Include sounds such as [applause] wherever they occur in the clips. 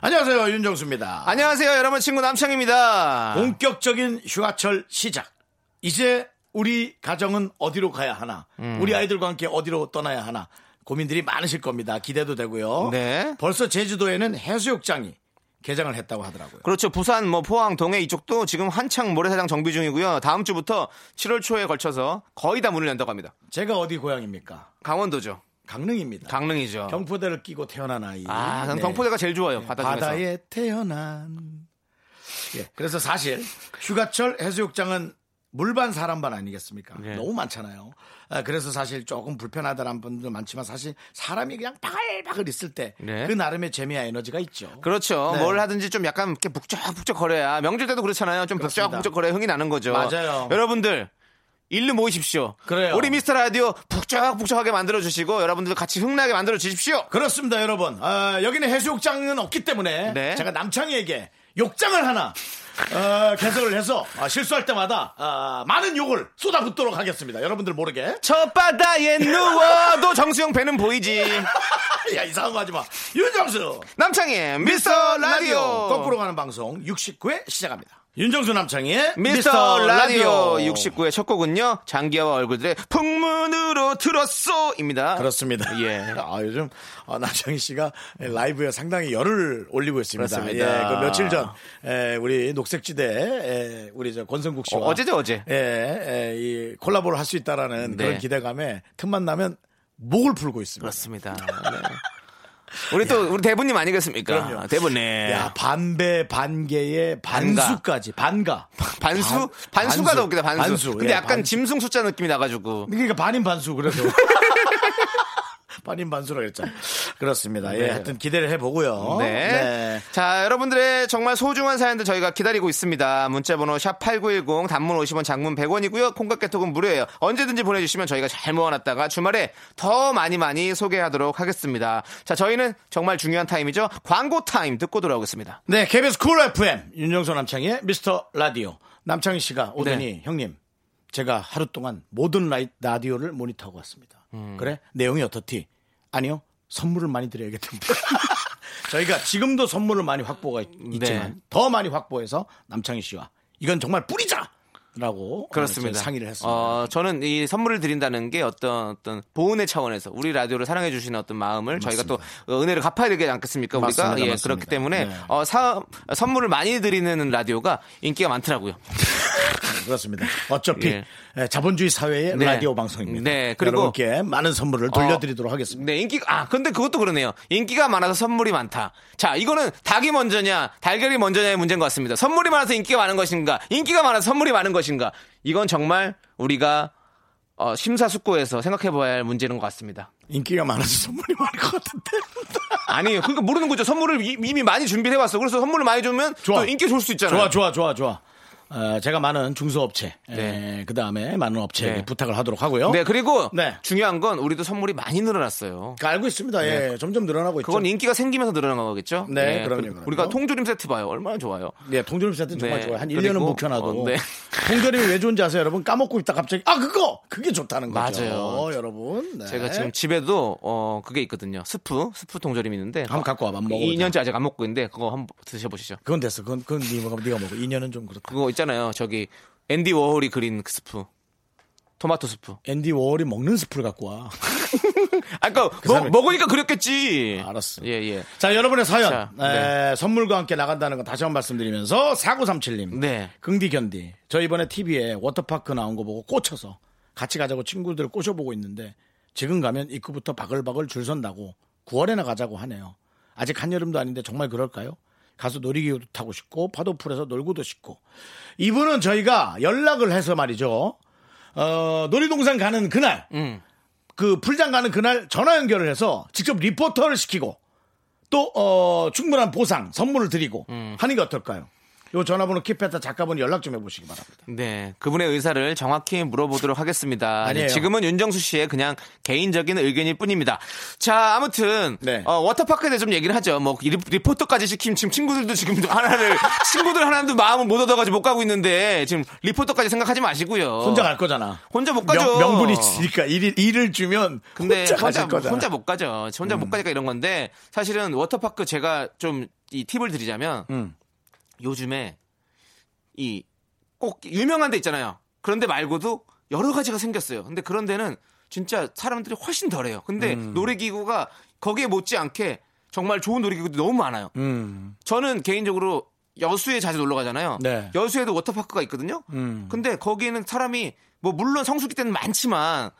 안녕하세요 윤정수입니다. 안녕하세요, 여러분 친구 남창입니다. 본격적인 휴가철 시작. 이제 우리 가정은 어디로 가야 하나? 음. 우리 아이들과 함께 어디로 떠나야 하나? 고민들이 많으실 겁니다. 기대도 되고요. 네. 벌써 제주도에는 해수욕장이 개장을 했다고 하더라고요. 그렇죠. 부산, 뭐 포항, 동해 이쪽도 지금 한창 모래사장 정비 중이고요. 다음 주부터 7월 초에 걸쳐서 거의 다 문을 연다고 합니다. 제가 어디 고향입니까? 강원도죠. 강릉입니다. 강릉이죠. 경포대를 끼고 태어난 아이. 아, 전 네. 경포대가 제일 좋아요. 바다 중에서. 바다에 태어난. 예, 그래서 사실 휴가철 해수욕장은 물반 사람반 아니겠습니까? 예. 너무 많잖아요. 아, 그래서 사실 조금 불편하다는 분들 많지만 사실 사람이 그냥 바글바글 있을 때 그 네. 나름의 재미와 에너지가 있죠. 그렇죠. 네. 뭘 하든지 좀 약간 이렇게 북적북적 거려야 명절 때도 그렇잖아요. 좀 그렇습니다. 북적북적 거려야 흥이 나는 거죠. 맞아요. 여러분들 일로 모이십시오. 그래요. 우리 미스터 라디오 북적북적하게 만들어 주시고 여러분들 같이 흥나게 [laughs] 만들어 주십시오. 그렇습니다, 여러분. 아, 여기는 해수욕장은 없기 때문에 네. 제가 남창희에게 욕장을 하나 어, 개설을 해서 아, 실수할 때마다 아, 많은 욕을 쏟아붓도록 하겠습니다. 여러분들 모르게. 첫 바다에 누워도 정수영 배는 보이지. [laughs] 야 이상한 거 하지 마. 윤정수 남창희 미스터 라디오 라디오 거꾸로 가는 방송 69회 시작합니다. 윤정수 남창희의 미스터 라디오 69의 첫 곡은요 장기하와 얼굴들의 풍문으로 들었소입니다. 그렇습니다. 예. [laughs] 아 요즘 아, 남창희 씨가 라이브에 상당히 열을 올리고 있습니다. 그렇습니다. 예, 그 며칠 전 에, 우리 녹색지대 에, 우리 저 권성국 씨와 어, 어제죠, 어제. 예, 예, 이 콜라보를 할 수 있다라는 네. 그런 기대감에 틈만 나면 목을 풀고 있습니다. 그렇습니다. 네. 우리 또 우리 대부님 아니겠습니까? 그럼요. 대부님. 야 반배 반개의 반가. 반수까지 반가 반수 반- 반수가 더 웃기다 반수. 근데 예, 약간 반수. 짐승 숫자 느낌이 나가지고 그러니까 반인 반수 그래도 [laughs] 반인 반수라 그랬잖아요. 그렇습니다. 예, 네. 하여튼 기대를 해보고요. 네. 자, 여러분들의 정말 소중한 사연들 저희가 기다리고 있습니다. 문자번호 샵8910 단문 50원 장문 100원이고요. 콩깍개톡은 무료예요. 언제든지 보내주시면 저희가 잘 모아놨다가 주말에 더 많이 많이 소개하도록 하겠습니다. 자, 저희는 정말 중요한 타임이죠. 광고 타임 듣고 돌아오겠습니다. 네, KBS 쿨 FM 윤정수 남창희의 미스터 라디오 남창희 씨가 오더니 네. 형님 제가 하루 동안 모든 라이, 라디오를 모니터하고 왔습니다. 음. 그래? 내용이 어떻디? 아니요. 선물을 많이 드려야겠던데. [laughs] 저희가 지금도 선물을 많이 확보가 있- 있지만 네. 더 많이 확보해서 남창희 씨와 이건 정말 뿌리자! 라고 그렇습니다. 저희 상의를 했습니다. 어, 저는 이 선물을 드린다는 게 어떤 어떤 보온의 차원에서 우리 라디오를 사랑해 주시는 어떤 마음을 저희가 또 어, 은혜를 갚아야 되지 않겠습니까? 우리가 맞습니다, 예, 맞습니다. 그렇기 때문에 네. 어, 사, 선물을 많이 드리는 라디오가 인기가 많더라고요. 그렇습니다. 어차피 예. 에, 자본주의 사회의 네. 라디오 방송입니다. 네, 그리고- 어. 여러분께 많은 선물을 돌려드리도록 하겠습니다. 네, 인기 아 근데 그것도 그러네요. 인기가 많아서 선물이 많다. 자, 이거는 닭이 먼저냐, 달걀이 먼저냐의 문제인 것 같습니다. 선물이 많아서 인기가 많은 것인가, 인기가 많아서 선물이 많은 것인가. 이건 정말 우리가 어, 심사숙고해서 생각해봐야 할 문제인 것 같습니다. 인기가 많아서 [laughs] 선물이 많을 것 같은데. 아니에요. 그러니까 모르는 거죠. 선물을 이- 이미 많이 준비해 왔어. 그래서 선물을 많이 주면 좋아. 또 인기 좋을 수 있잖아요. 좋아, 좋아, 좋아, 좋아. 어, 제가 많은 중소업체, 네. 그 다음에 많은 업체에게 네. 부탁을 하도록 하고요. 네, 그리고 네. 중요한 건 우리도 선물이 많이 늘어났어요. 그러니까 알고 있습니다. 예, 점점 늘어나고 있죠. 네. 그건 인기가 생기면서 늘어난 거겠죠? 네, 그럼요, 그리고 그럼요. 우리가 통조림 세트 봐요. 얼마나 좋아요. 네, 동조림 세트는 정말 네, 좋아요. 한 그리고- 1년은 묵혀놔도. 어, 네. [laughs] 동조림이 왜 좋은지 아세요, 여러분? 까먹고 있다 갑자기, 아, 그거! 그게 좋다는 거죠. 맞아요. 여러분. 네. 제가 지금 집에도 어 그게 있거든요. 스프 스프 통조림 있는데 한번 갖고 와봐, 먹어. 2년째 아직 안 먹고 있는데 그거 한번 드셔보시죠. 그건 됐어. 그건, 그건 네 먹어, 네가 먹어. 2년은 좀 그렇고. 그거 있잖아요. 저기 앤디 워홀이 그린 그 스프 토마토 스프. [laughs] 앤디 워홀이 먹는 스프를 갖고 와. 아까 그러니까 먹- 사람이- 먹으니까 그랬겠지. 알았어. 예 예. 자, 여러분의 사연. 자, 네. 에, 선물과 함께 나간다는 거 다시 한 번 말씀드리면서 4937님. 네. 긍디 견디. 저 이번에 TV에 워터파크 나온 거 보고 꽂혀서 같이 가자고 친구들을 꼬셔보고 있는데 지금 가면 입구부터 바글바글 줄 선다고 9월에나 가자고 하네요. 아직 한여름도 아닌데 정말 그럴까요? 가서 놀이기구도 타고 싶고 파도풀에서 놀고도 싶고 이분은 저희가 연락을 해서 말이죠. 어, 놀이동산 가는 음. 그날 그 풀장 가는 그날 전화 연결을 해서 직접 리포터를 시키고 또 어, 충분한 보상 선물을 드리고 하는 게 어떨까요? 요 전화번호 킵했다 작가분 연락 좀 해보시기 바랍니다. 네, 그분의 의사를 정확히 물어보도록 하겠습니다. 네, 아니에요. 지금은 윤정수 씨의 그냥 개인적인 의견일 뿐입니다. 자, 아무튼 네. 어, 워터파크에 대해 좀 얘기를 하죠. 뭐 리- 리포터까지 시킴 지금 친구들도 지금 하나를 [laughs] 친구들 하나도 마음을 못 얻어가지고 못 가고 있는데 지금 리포터까지 생각하지 마시고요. 혼자 갈 거잖아. 혼자 못 어. 가죠. 명, 분이 있으니까 일, 일을 주면 근데 혼자 가실 음. 혼자, 거잖아. 혼자 못 가죠. 혼자 못 가니까 이런 건데 사실은 워터파크 제가 좀 이 팁을 드리자면 음. 요즘에 이 꼭 유명한 데 있잖아요. 그런데 말고도 여러 가지가 생겼어요. 근데 그런 데는 진짜 사람들이 훨씬 덜해요. 근데 음. 놀이기구가 거기에 못지않게 정말 좋은 놀이기구도 너무 많아요. 음. 저는 개인적으로 여수에 자주 놀러 가잖아요. 네. 음. 여수에도 워터파크가 있거든요. 근데 거기에는 사람이 뭐 물론 성수기 때는 많지만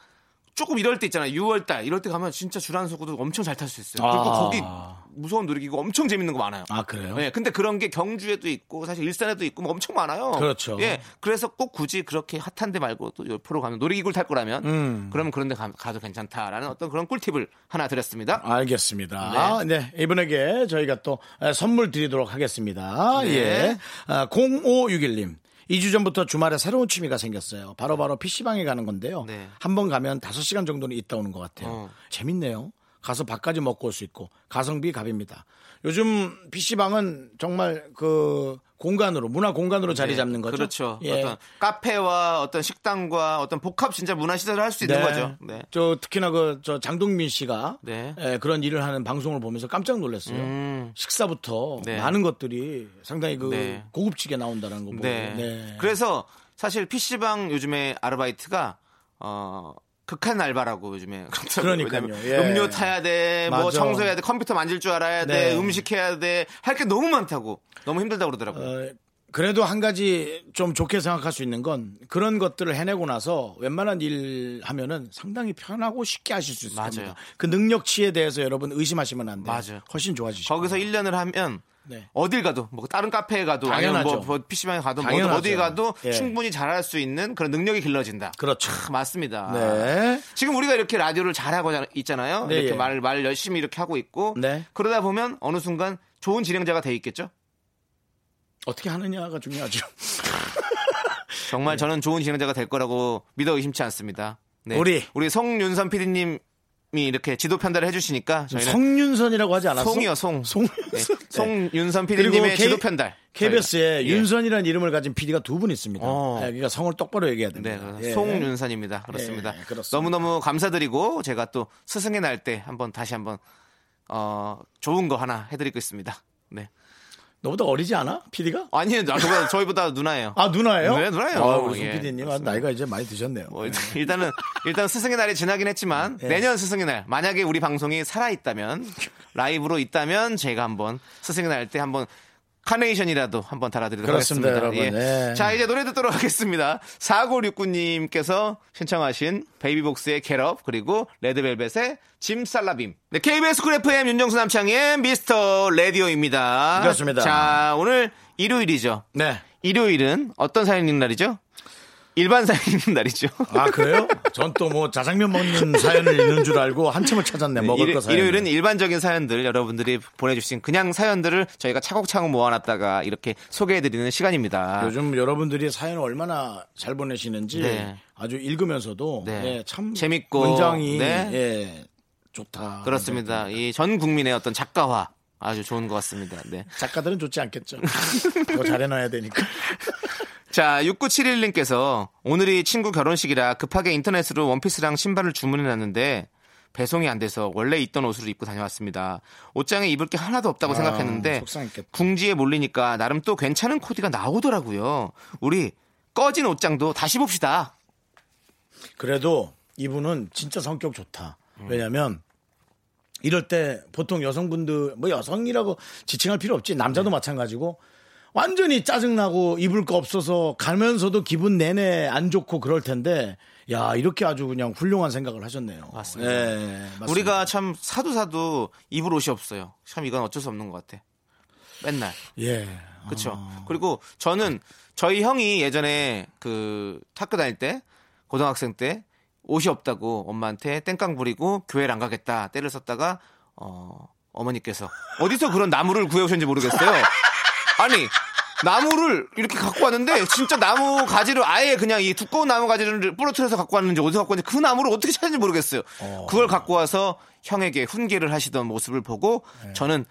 조금 이럴 때 있잖아요. 6월 달 이럴 때 가면 진짜 주란수구도 엄청 잘 탈 수 있어요. 그리고 아. 거기 무서운 놀이기구 엄청 재밌는 거 많아요. 아 그래요? 예, 근데 그런 게 경주에도 있고 사실 일산에도 있고 뭐 엄청 많아요. 그렇죠. 예, 그래서 꼭 굳이 그렇게 핫한 데 말고 또 옆으로 가면 놀이기구를 탈 거라면 음. 그러면 그런 데 가, 도 괜찮다라는 어떤 그런 꿀팁을 하나 드렸습니다. 아, 알겠습니다. 네. 이분에게 저희가 또 에, 선물 드리도록 하겠습니다. 네. 예. 아, 0561님. 2주 전부터 주말에 새로운 취미가 생겼어요. 바로바로 PC방에 가는 건데요. 네. 한 번 가면 5시간 정도는 있다 오는 것 같아요. 어. 재밌네요. 가서 밥까지 먹고 올 수 있고 가성비 갑입니다. 요즘 PC방은 정말 그 공간으로 문화 공간으로 자리 예, 잡는 거죠. 그렇죠. 예. 어떤 카페와 어떤 식당과 어떤 복합 진짜 문화 시설을 할 수 있는 거죠. 네. 저 특히나 그 저 장동민 씨가 네. 예, 그런 일을 하는 방송을 보면서 깜짝 놀랐어요. 음. 식사부터 네. 많은 것들이 상당히 그 네. 고급지게 나온다는 거 보고. 네. 네. 그래서 사실 PC방 요즘에 아르바이트가 어 극한 알바라고 요즘에 [laughs] 그렇더라고요. 그러니까요. 왜냐면 예. 음료 타야 돼, 뭐 맞아. 청소해야 돼, 컴퓨터 만질 줄 알아야 돼, 네. 음식 해야 돼, 할 게 너무 많다고 너무 힘들다고 그러더라고요. 어, 그래도 한 가지 좀 좋게 생각할 수 있는 건 그런 것들을 해내고 나서 웬만한 일 하면은 상당히 편하고 쉽게 하실 수 있습니다. 맞아요. 그 능력치에 대해서 여러분 의심하시면 안 돼요. 맞아요. 훨씬 좋아지시죠. 거기서 1년을 하면 네. 어딜 가도 뭐 다른 카페에 가도 아니면 당연하죠. 뭐, 뭐 PC방에 가도 뭐 당연하죠. 어디 가도 예. 충분히 잘할 수 있는 그런 능력이 아. 길러진다. 그렇죠. 크, 맞습니다. 네. 지금 우리가 이렇게 라디오를 잘하고 자- 있잖아요. 네, 이렇게 예. 말, 말 열심히 이렇게 하고 있고 네. 그러다 보면 어느 순간 좋은 진행자가 돼 있겠죠. 어떻게 하느냐가 중요하죠. 정말 네. 저는 좋은 진행자가 될 거라고 믿어 의심치 않습니다. 네. 우리. 우리 송윤선 PD님이 이렇게 지도 편달을 해주시니까 저희는 성윤선이라고 하지 않았어? 송이요 송. 네. 송윤선. 송윤선 그리고 PD님의 K- 지도 편달. KBS에 저희가. 예. 윤선이라는 이름을 가진 PD가 두 분 있습니다. 어. 예, 그러니까 성을 똑바로 얘기해야 네, 됩니다. 그래서 예. 송윤선입니다. 그렇습니다. 예, 그렇습니다. 너무너무 감사드리고 제가 또 스승의 날 때 한번 다시 한번 어, 좋은 거 하나 해드리겠습니다. 네. 너보다 어리지 않아? PD가? 아니요, 나- 저보다- 저희보다 누나예요. 아 누나예요? 네, 누나예요. 아, 우리 송 예, PD님 아, 나이가 이제 많이 드셨네요. 뭐, 일단은 일단 스승의 날이 지나긴 했지만 네. 내년 스승의 날 만약에 우리 방송이 살아 있다면 라이브로 있다면 제가 한번 스승의 날 때 한번 카네이션이라도 한번 달아드리도록 그렇습니다, 하겠습니다. 예. 여러분. 네. 자 이제 노래 듣도록 하겠습니다. 4969님께서 신청하신 베이비복스의 겟업 그리고 레드벨벳의 짐 살라빔. 네, KBS 쿨 FM 윤정수 남창의 미스터 레디오입니다. 그렇습니다. 자 오늘 일요일이죠. 네. 일요일은 어떤 사연인 날이죠? 일반 사연인 날이죠. 아 그래요? 전 또 뭐 자장면 [laughs] 먹는 사연을 있는 줄 알고 한참을 찾았네. 먹을 일요- 거 사연. 일요일은 일반적인 사연들 여러분들이 보내주신 그냥 사연들을 저희가 차곡차곡 모아놨다가 이렇게 소개해드리는 시간입니다. 요즘 여러분들이 사연을 얼마나 잘 보내시는지 네. 아주 읽으면서도 네. 예, 참 재밌고, 문장이 네. 예, 좋다. 네, 그렇습니다. 이 전 국민의 어떤 작가화 아주 좋은 것 같습니다. 네. 작가들은 좋지 [laughs] 않겠죠. 더 잘해놔야 되니까. 자, 6971님께서 오늘이 친구 결혼식이라 급하게 인터넷으로 원피스랑 신발을 주문해놨는데 배송이 안 돼서 원래 입던 옷을 입고 다녀왔습니다. 옷장에 입을 게 하나도 없다고 아, 생각했는데 속상했겠다. 궁지에 몰리니까 나름 또 괜찮은 코디가 나오더라고요. 우리 꺼진 옷장도 다시 봅시다. 그래도 이분은 진짜 성격 좋다. 왜냐면 이럴 때 보통 여성분들 뭐 여성이라고 지칭할 필요 없지 네. 남자도 마찬가지고 완전히 짜증나고 입을 거 없어서 가면서도 기분 내내 안 좋고 그럴 텐데 야 이렇게 아주 그냥 훌륭한 생각을 하셨네요. 맞습니다. 예, 맞습니다. 우리가 참 사도 사도 입을 옷이 없어요. 참 이건 어쩔 수 없는 것 같아. 맨날. 예 그렇죠. 그리고 저는 저희 형이 예전에 그 학교 다닐 때 고등학생 때 옷이 없다고 엄마한테 땡깡 부리고 교회를 안 가겠다 때를 썼다가 어 어머니께서 어디서 그런 나무를 구해오셨는지 모르겠어요. [laughs] 아니 나무를 이렇게 갖고 왔는데 진짜 나무 가지를 아예 그냥 이 두꺼운 나무 가지를 부러뜨려서 갖고 왔는지 어디서 갖고 왔는지 그 나무를 어떻게 찾았는지 모르겠어요. 그걸 갖고 와서 형에게 훈계를 하시던 모습을 보고 저는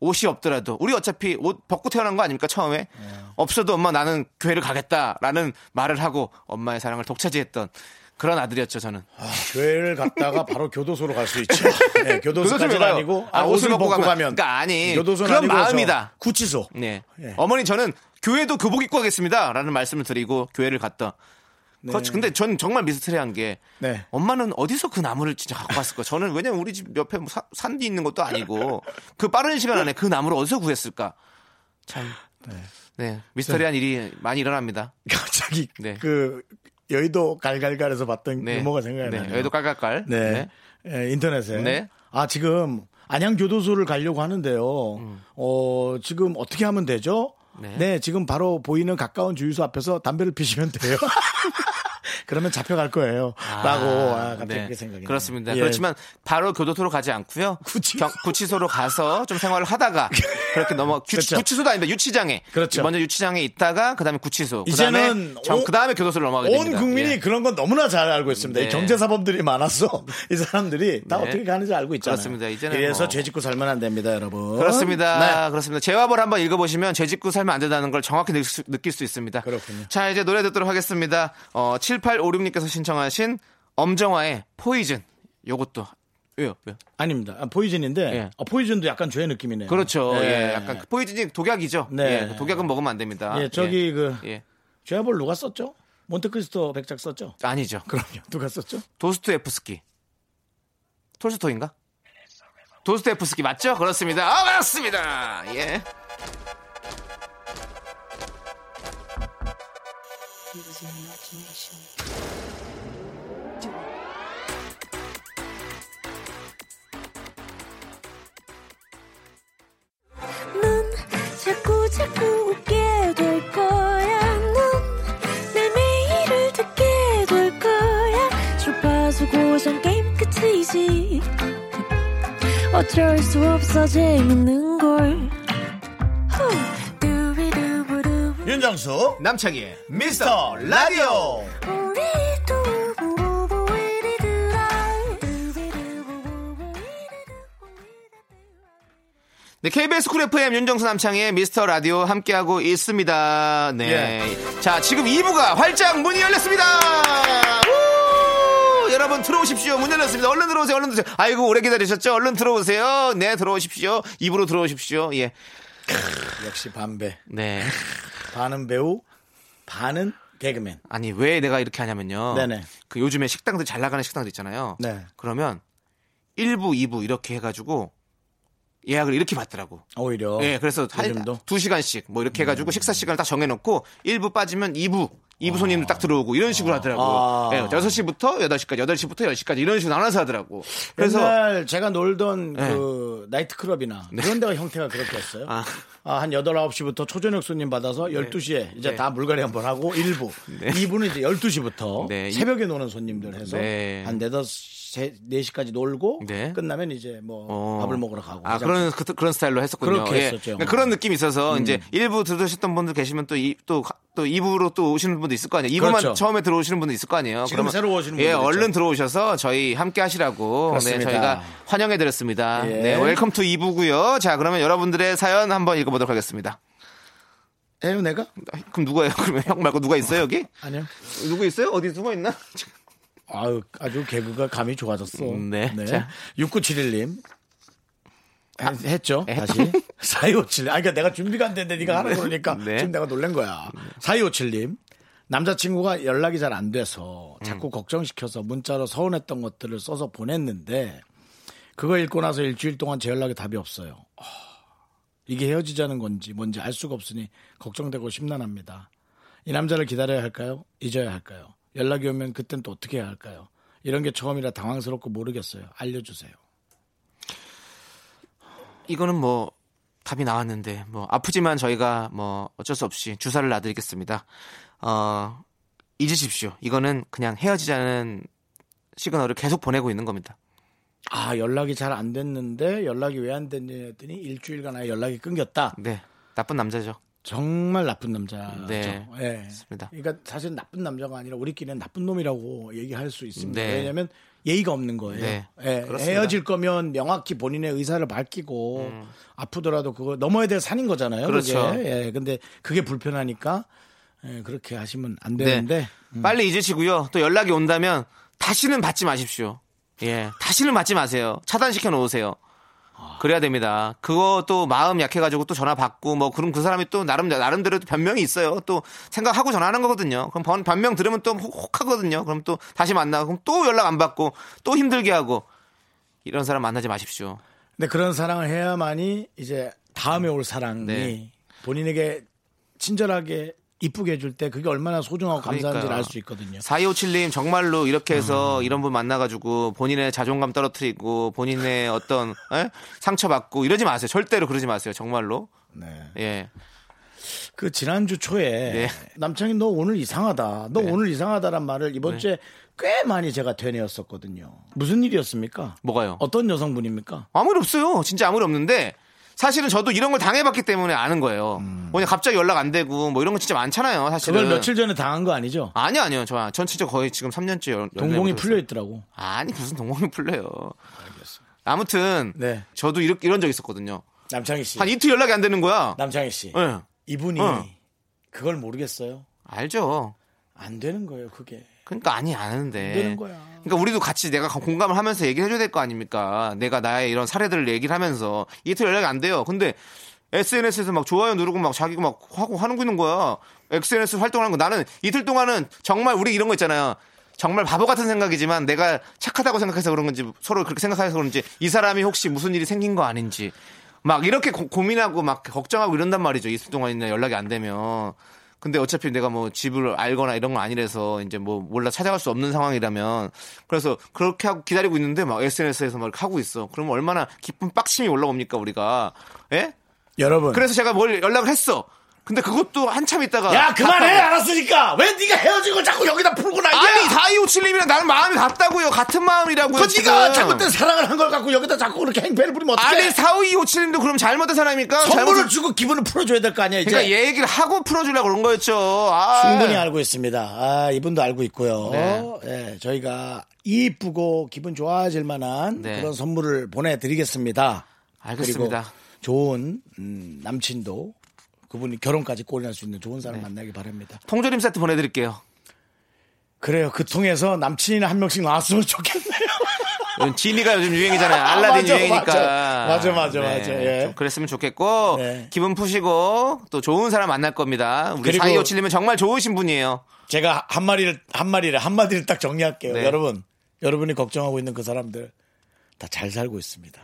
옷이 없더라도 우리 어차피 옷 벗고 태어난 거 아닙니까 처음에 없어도 엄마 나는 교회를 가겠다라는 말을 하고 엄마의 사랑을 독차지했던 그런 아들이었죠 저는 교회를 갔다가 바로 교도소로 갈 수 [laughs] 있죠. 네, 교도소로 교도소까지는 가요. 아니고 아, 아, 옷을 벗고 가면. 그러니까 아니, 교도소는 그런 아니고 저 마음이다. 구치소. 네. 예. 어머니 저는 교회도 교복 입고 가겠습니다라는 말씀을 드리고 교회를 갔다. 그렇죠. 근데 전 정말 미스터리한 게 네. 엄마는 어디서 그 나무를 진짜 갖고 왔을까? 저는 왜냐면 우리 집 옆에 뭐 사- 산이 있는 것도 아니고 그 빠른 시간 안에 그 나무를 어디서 구했을까? 참. 네. 미스터리한 일이 많이 일어납니다. [laughs] 갑자기 네. 그 여의도 갈갈갈에서 봤던 네. 유머가 생각이 네. 나네요. 여기도 깔깔깔. 네. 예, 인터넷에. 네. 아, 지금 안양 교도소를 가려고 하는데요. 어, 지금 어떻게 하면 되죠? 음. 네. 네. 지금 바로 보이는 가까운 주유소 앞에서 담배를 피시면 돼요. [laughs] 그러면 잡혀갈 거예요. 라고 아, 갑자기 네. 그렇게 생각이 그렇습니다. 나네요. 예. 그렇지만 바로 교도소로 가지 않고요. 구치- 경- 구치소로 가서 좀 생활을 하다가 그렇게 넘어 구, 그렇죠. 구치소도 아닙니다. 유치장에 그렇죠. 먼저 유치장에 있다가 그다음에 구치소. 이제는 그다음에 정- 온- 그다음에 교도소로 넘어가게 온 됩니다. 국민이 예. 그런 건 너무나 잘 알고 있습니다. 이 네. 경제사범들이 많아서 [laughs] 이 사람들이 다 네. 어떻게 가는지 알고 있잖아요. 그렇습니다. 이제는 그래서 뭐- 죄짓고 살면 안 됩니다, 여러분. 그렇습니다. 네. 그렇습니다. 제화벌 한번 읽어보시면 죄짓고 살면 안 된다는 걸 정확히 느낄 수, 느낄 수 있습니다. 그렇군요. 자, 이제 노래 듣도록 하겠습니다. 어, 7856님께서 신청하신 엄정화의 포이즌. 요것도. 왜요? 왜요? 아닙니다. 아, 포이즌인데 예. 아, 포이즌도 약간 죄 느낌이네요. 그렇죠. 예, 약간 그 포이즌이 독약이죠. 네. 예, 독약은 먹으면 안 됩니다. 예, 저기 그 예. 죄벌 누가 썼죠? 몬테크리스토 백작 썼죠? [laughs] 아니죠. 그럼요. 누가 썼죠? 도스토옙스키. 톨스토인가? 도스토옙스키 맞죠? 그렇습니다. 아, 맞습니다. 예. 넌 자꾸 자꾸 웃게 될 거야. 넌내 매일을 듣게 될 거야. 주파수 고정 게임 끝이지. 어쩔 수 없어 재밌는 걸. 후. 두비두부두. 윤정수 남창희의 미스터 라디오 우리 두부부부 우리들아. 두비두부부부 우리들아. 네, KBS 쿨 FM 윤정수 남창희의 미스터 라디오 함께하고 있습니다. 네. 예. 자, 지금 2부가 활짝 문이 열렸습니다. 우! 여러분 들어오십시오. 문 열렸습니다. 얼른 들어오세요. 얼른 들어오세요. 아이고 오래 기다리셨죠? 얼른 들어오세요. 네, 들어오십시오. 2부로 들어오십시오. 예. 역시 반배 네. 반은 배우 반은 개그맨 아니 왜 내가 이렇게 하냐면요. 네네. 그 요즘에 식당들 잘 나가는 식당들 있잖아요. 네. 그러면 1부, 2부 이렇게 해가지고 예약을 이렇게 받더라고. 오히려 예, 그래서 한 요즘도? 음. 두 시간씩 뭐 이렇게 해가지고 식사 시간을 딱 정해놓고 1부 빠지면 2부. 2부 손님들 딱 들어오고 이런 식으로 하더라고. 아. 예, 6시부터 8시까지, 8시부터 10시까지 이런 식으로 나눠서 하더라고. 그래서 그래서 네. 옛날 제가 놀던 그 나이트클럽이나 그런 데가 형태가 그렇게였어요. 아. 아. 한 8, 9시부터 초저녁 손님 받아서 12시에 이제 네. 다 물갈이 한번 하고 1부. 2부는 이제 12시부터 네. 새벽에 노는 손님들 해서 네. 한 4, 4시까지 놀고 네. 끝나면 이제 뭐 어. 밥을 먹으러 가고. 아, 그런, 그, 런 스타일로 했었군요. 그렇게 예. 했었죠. 음. 그러니까 그런 느낌이 있어서 이제 1부 들으셨던 분들 계시면 또, 이, 또, 가- 또 2부로 또 오시는 분도 있을 거 아니에요. 2부만 그렇죠. 처음에 들어오시는 분도 있을 거 아니에요. 지금 새로 오시는 예, 분들 얼른 있죠. 들어오셔서 저희 함께 하시라고. 네, 그렇습니다. 저희가 환영해드렸습니다. 예. 네, 웰컴 투 2부고요 자, 그러면 여러분들의 사연 한번 읽어보도록 하겠습니다. 에요 내가? 그럼 누가요? [laughs] 그러면 형 말고 누가 있어요, 여기? 아니요. 누구 있어요? 어디 숨어 있나? 아유, 아주 개그가 감이 좋아졌어. 음, 네. 자. 6971님. 아, 했죠. 다시. [laughs] 4257. 아, 그러니까 내가 준비가 안 됐는데 네가 하라고 그러니까 네. 지금 내가 놀란 거야. 4257님. 남자친구가 연락이 잘 안 돼서 자꾸 걱정시켜서 문자로 서운했던 것들을 써서 보냈는데 그거 읽고 나서 일주일 동안 제 연락에 답이 없어요. 아, 이게 헤어지자는 건지 뭔지 알 수가 없으니 걱정되고 심란합니다. 이 남자를 기다려야 할까요? 잊어야 할까요? 연락이 오면 그땐 또 어떻게 해야 할까요? 이런 게 처음이라 당황스럽고 모르겠어요. 알려주세요. 이거는 뭐 답이 나왔는데 뭐 아프지만 저희가 뭐 어쩔 수 없이 주사를 놔드리겠습니다. 어 잊으십시오. 이거는 그냥 헤어지자는 시그널을 계속 보내고 있는 겁니다. 아 연락이 잘 안 됐는데 연락이 왜 안 됐냐 했더니 일주일간 아예 연락이 끊겼다. 네. 나쁜 남자죠. 정말 나쁜 남자죠. 네, 예. 맞습니다. 그러니까 사실 나쁜 남자가 아니라 우리끼리는 나쁜 놈이라고 얘기할 수 있습니다. 네. 왜냐하면 예의가 없는 거예요. 네, 예, 그렇습니다. 헤어질 거면 명확히 본인의 의사를 밝히고 아프더라도 그거 넘어야 될 산인 거잖아요. 음. 그렇죠. 그게. 예, 근데 그게 불편하니까 예, 그렇게 하시면 안 네. 되는데 음. 빨리 잊으시고요. 또 연락이 온다면 다시는 받지 마십시오. 예. 다시는 받지 마세요. 차단시켜 놓으세요. 그래야 됩니다. 그거 또 마음 약해가지고 또 전화 받고 뭐 그럼 그 사람이 또 나름 나름대로 또 변명이 있어요. 또 생각하고 전화하는 거거든요. 그럼 번- 반명 들으면 또 혹하거든요. 그럼 또 다시 만나고 그럼 또 연락 안 받고 또 힘들게 하고 이런 사람 만나지 마십시오. 근데 그런 사랑을 해야만이 이제 다음에 올 사랑이 네. 본인에게 친절하게 이쁘게 해줄 때 그게 얼마나 소중하고 감사한지를 그러니까요. 알 수 있거든요. 4257님 정말로 이렇게 해서 음. 이런 분 만나가지고 본인의 자존감 떨어뜨리고 본인의 어떤 에? 상처받고 이러지 마세요. 절대로 그러지 마세요. 정말로. 네. 예. 그 지난주 초에 네. 남창이 너 오늘 이상하다. 너 오늘 이상하다란 말을 네. 이번 주에 꽤 많이 제가 되뇌었었거든요. 무슨 일이었습니까? 뭐가요? 어떤 여성분입니까? 아무 일 없어요. 진짜 아무 일 없는데 사실은 저도 이런 걸 당해봤기 때문에 아는 거예요. 뭐냐 갑자기 연락 안 되고 뭐 이런 거 진짜 많잖아요. 사실은. 음. 그걸 며칠 전에 당한 거 아니죠? 아니요, 아니요. 저, 전 진짜 거의 지금 3년째 연, 동공이 연애하고 풀려 있어요. 있더라고. 아니, 무슨 동공이 풀려요. 아무튼 네. 예. 저도 이렇게, 이런 적 있었거든요. 남창희 씨. 한 이틀 연락이 안 되는 거야. 남창희 씨. 예. 이분이 어. 그걸 모르겠어요. 알죠. 안 되는 거예요, 그게. 그러니까 아니 아는데. 안 되는 거야. 그러니까 우리도 같이 내가 공감을 하면서 얘기를 해줘야 될 거 아닙니까? 내가 나의 이런 사례들을 얘기를 하면서 이틀 연락이 안 돼요. 근데 SNS에서 막 좋아요 누르고 막 자기가 막 하고 하는 거 있는 거야. SNS 활동하는 거 나는 이틀 동안은 정말 우리 이런 거 있잖아요. 정말 바보 같은 생각이지만 내가 착하다고 생각해서 그런 건지 서로 그렇게 생각해서 그런지 이 사람이 혹시 무슨 일이 생긴 거 아닌지 막 이렇게 고, 고민하고 막 걱정하고 이런단 말이죠. 이틀 동안이나 연락이 안 되면. 근데 어차피 내가 뭐 집을 알거나 이런 건 아니라서 이제 뭐 몰라 찾아갈 수 없는 상황이라면 그래서 그렇게 하고 기다리고 있는데 막 SNS에서 막 이렇게 하고 있어. 그러면 얼마나 기쁜 빡심이 올라옵니까 우리가? 예? 여러분. 그래서 제가 뭘 연락을 했어. 근데 그것도 한참 있다가 야, 그만해! 답답해. 알았으니까! 왜 네가 헤어지고 자꾸 여기다 풀고 나냐! 아니 4257님이랑 나는 마음이 같다고요. 같은 마음이라고요. 그 네가 지금. 잘못된 사랑을 한 걸 갖고 여기다 자꾸 그렇게 행패를 부리면 어떡해! 아니 4257님도 그럼 잘못된 사람입니까? 선물을 잘못된- 주고 기분을 풀어줘야 될 거 아니야, 이제. 그러니까 얘기를 하고 풀어주려고 그런 거였죠. 아. 충분히 알고 있습니다. 아, 이분도 알고 있고요. 네. 예, 저희가 이쁘고 기분 좋아질 만한 네. 그런 선물을 보내드리겠습니다. 알겠습니다. 그리고 좋은 음, 남친도 그분이 결혼까지 꼬리날 수 있는 좋은 사람 네. 만나길 바랍니다. 통조림 세트 보내드릴게요. 그래요. 그 통해서 남친이나 한 명씩 나왔으면 좋겠네요. 요즘 지니가 요즘 유행이잖아요. 알라딘 맞아, 유행이니까. 네, 맞아, 맞아, 맞아, 맞아, 예. 좀 그랬으면 좋겠고 네. 기분 푸시고 또 좋은 사람 만날 겁니다. 우리 그리고- 사이 오칠님은 정말 좋으신 분이에요. 제가 한 마리를 한 마리를 한 마디를 딱 정리할게요. 네. 여러분, 여러분이 걱정하고 있는 그 사람들 다 잘 살고 있습니다.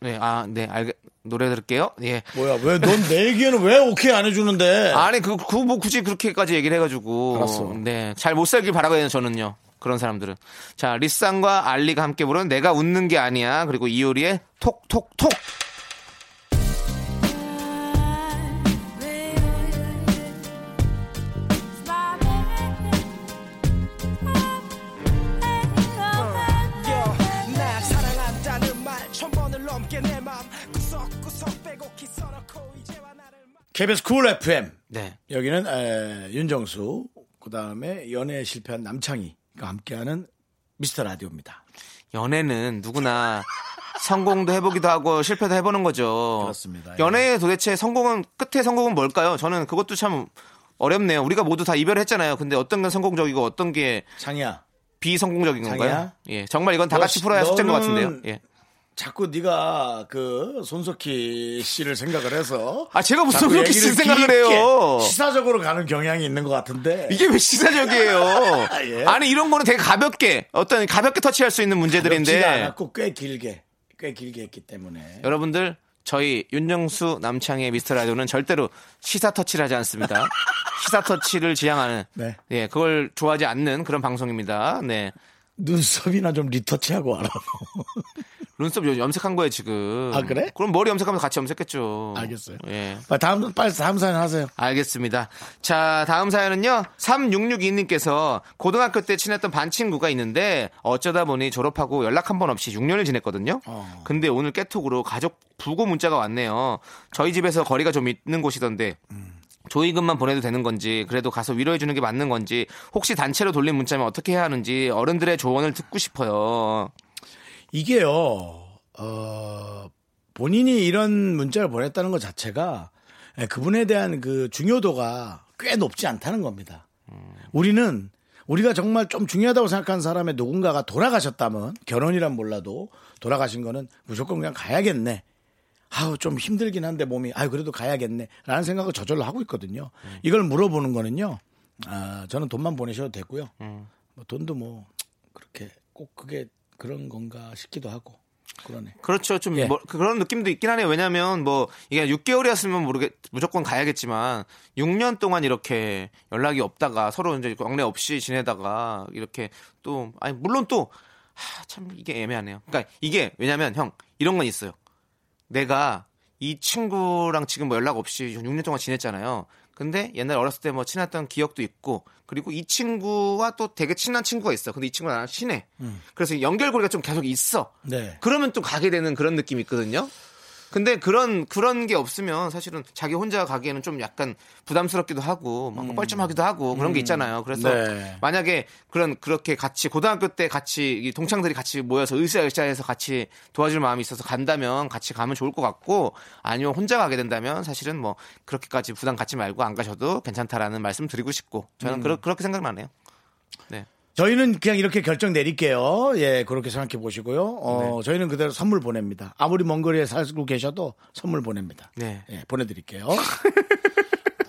네, 아, 네, 알겠. 노래 들을게요. 예. 뭐야, 왜 넌 [laughs] 내 얘기에는 왜 오케이 안 해주는데? 아니 그 그 뭐 굳이 그렇게까지 얘기를 해가지고 알았어. 네, 잘 못 살길 바라거든요. 저는요. 그런 사람들은 자 리쌍과 알리가 함께 부른 내가 웃는 게 아니야 그리고 이효리의 톡톡톡 날 사랑한다는 말 천번을 넘게 내 맘 구석구석 빼곡히 써놓고 이제와 나를 마- KBS 쿨 FM 네 여기는 에, 윤정수 그 다음에 연애 실패한 남창희가 함께하는 미스터 라디오입니다. 연애는 누구나 성공도 해보기도 하고 실패도 해보는 거죠. 그렇습니다. 예. 연애의 도대체 성공은 끝에 성공은 뭘까요? 저는 그것도 참 어렵네요. 우리가 모두 다 이별했잖아요. 근데 어떤 건 성공적이고 어떤 게 창희야, 비성공적인 건가요? 자기야? 예, 정말 이건 다 너 같이 풀어야 숙제인 것 같은데요. 너는- 예. 자꾸 네가 그 손석희 씨를 생각을 해서 아 제가 무슨 자꾸 그렇게 얘기를 신 생각을 깊게 해요? 시사적으로 가는 경향이 있는 것 같은데 이게 [laughs] 왜 시사적이에요? 예. 아니 이런 거는 되게 가볍게 어떤 가볍게 터치할 수 있는 문제들인데 지가 않았고 꽤 길게 꽤 길게 했기 [laughs] 때문에 여러분들 저희 윤정수 남창의 미스터 라디오는 절대로 시사 터치를 [laughs] 하지 않습니다. 시사 터치를 지향하는 네. 예 그걸 좋아하지 않는 그런 방송입니다. 네 눈썹이나 좀 리터치하고 와라. 눈썹 요- 염색한 거예요 지금. 아, 그래? 그럼 머리 염색하면서 같이 염색했죠. 알겠어요. 예. 아, 다음 빨리 다음 사연 하세요. 알겠습니다. 자, 다음 사연은요. 3662님께서 고등학교 때 친했던 반 친구가 있는데 어쩌다 보니 졸업하고 연락 한 번 없이 6년을 지냈거든요. 어. 근데 오늘 깨톡으로 가족 부고 문자가 왔네요. 저희 집에서 거리가 좀 있는 곳이던데 조의금만 보내도 되는 건지 그래도 가서 위로해 주는 게 맞는 건지 혹시 단체로 돌린 문자면 어떻게 해야 하는지 어른들의 조언을 듣고 싶어요. 이게요, 어, 본인이 이런 문자를 보냈다는 것 자체가 예, 그분에 대한 그 중요도가 꽤 높지 않다는 겁니다. 우리는 우리가 정말 좀 중요하다고 생각하는 사람의 누군가가 돌아가셨다면 결혼이란 몰라도 돌아가신 거는 무조건 그냥 가야겠네. 아우 좀 힘들긴 한데 몸이 아유 그래도 가야겠네라는 생각을 저절로 하고 있거든요. 이걸 물어보는 거는요. 아 저는 돈만 보내셔도 되고요. 뭐 돈도 뭐 그렇게 꼭 그게 그런 건가 싶기도 하고 그러네. 그렇죠. 좀 예. 뭐 그런 느낌도 있긴 하네요. 왜냐하면 뭐 이게 6개월이었으면 모르겠 무조건 가야겠지만 6년 동안 이렇게 연락이 없다가 서로 이제 왕래 없이 지내다가 이렇게 또 아니 물론 또 참 이게 애매하네요. 그러니까 이게 왜냐하면 형 이런 건 있어요. 내가 이 친구랑 지금 뭐 연락 없이 6년 동안 지냈잖아요. 근데 옛날 어렸을 때 뭐 친했던 기억도 있고 그리고 이 친구와 또 되게 친한 친구가 있어. 근데 이 친구랑 나랑 친해. 음. 그래서 연결고리가 좀 계속 있어. 네. 그러면 또 가게 되는 그런 느낌이 있거든요. 근데 그런 그런 게 없으면 사실은 자기 혼자 가기에는 좀 약간 부담스럽기도 하고 막 뻘쭘하기도 하고 그런 게 있잖아요. 그래서 음. 네. 만약에 그런 그렇게 같이 고등학교 때 같이 이 동창들이 같이 모여서 으쌰으쌰해서 같이 도와줄 마음이 있어서 간다면 같이 가면 좋을 것 같고 아니면 혼자 가게 된다면 사실은 뭐 그렇게까지 부담 갖지 말고 안 가셔도 괜찮다라는 말씀 드리고 싶고 저는 음. 그렇, 그렇게 생각나네요. 네. 저희는 그냥 이렇게 결정 내릴게요. 예, 그렇게 생각해 보시고요. 어, 저희는 그대로 선물 보냅니다. 아무리 먼 거리에 살고 계셔도 선물 보냅니다. 네. 예, 보내드릴게요. [laughs]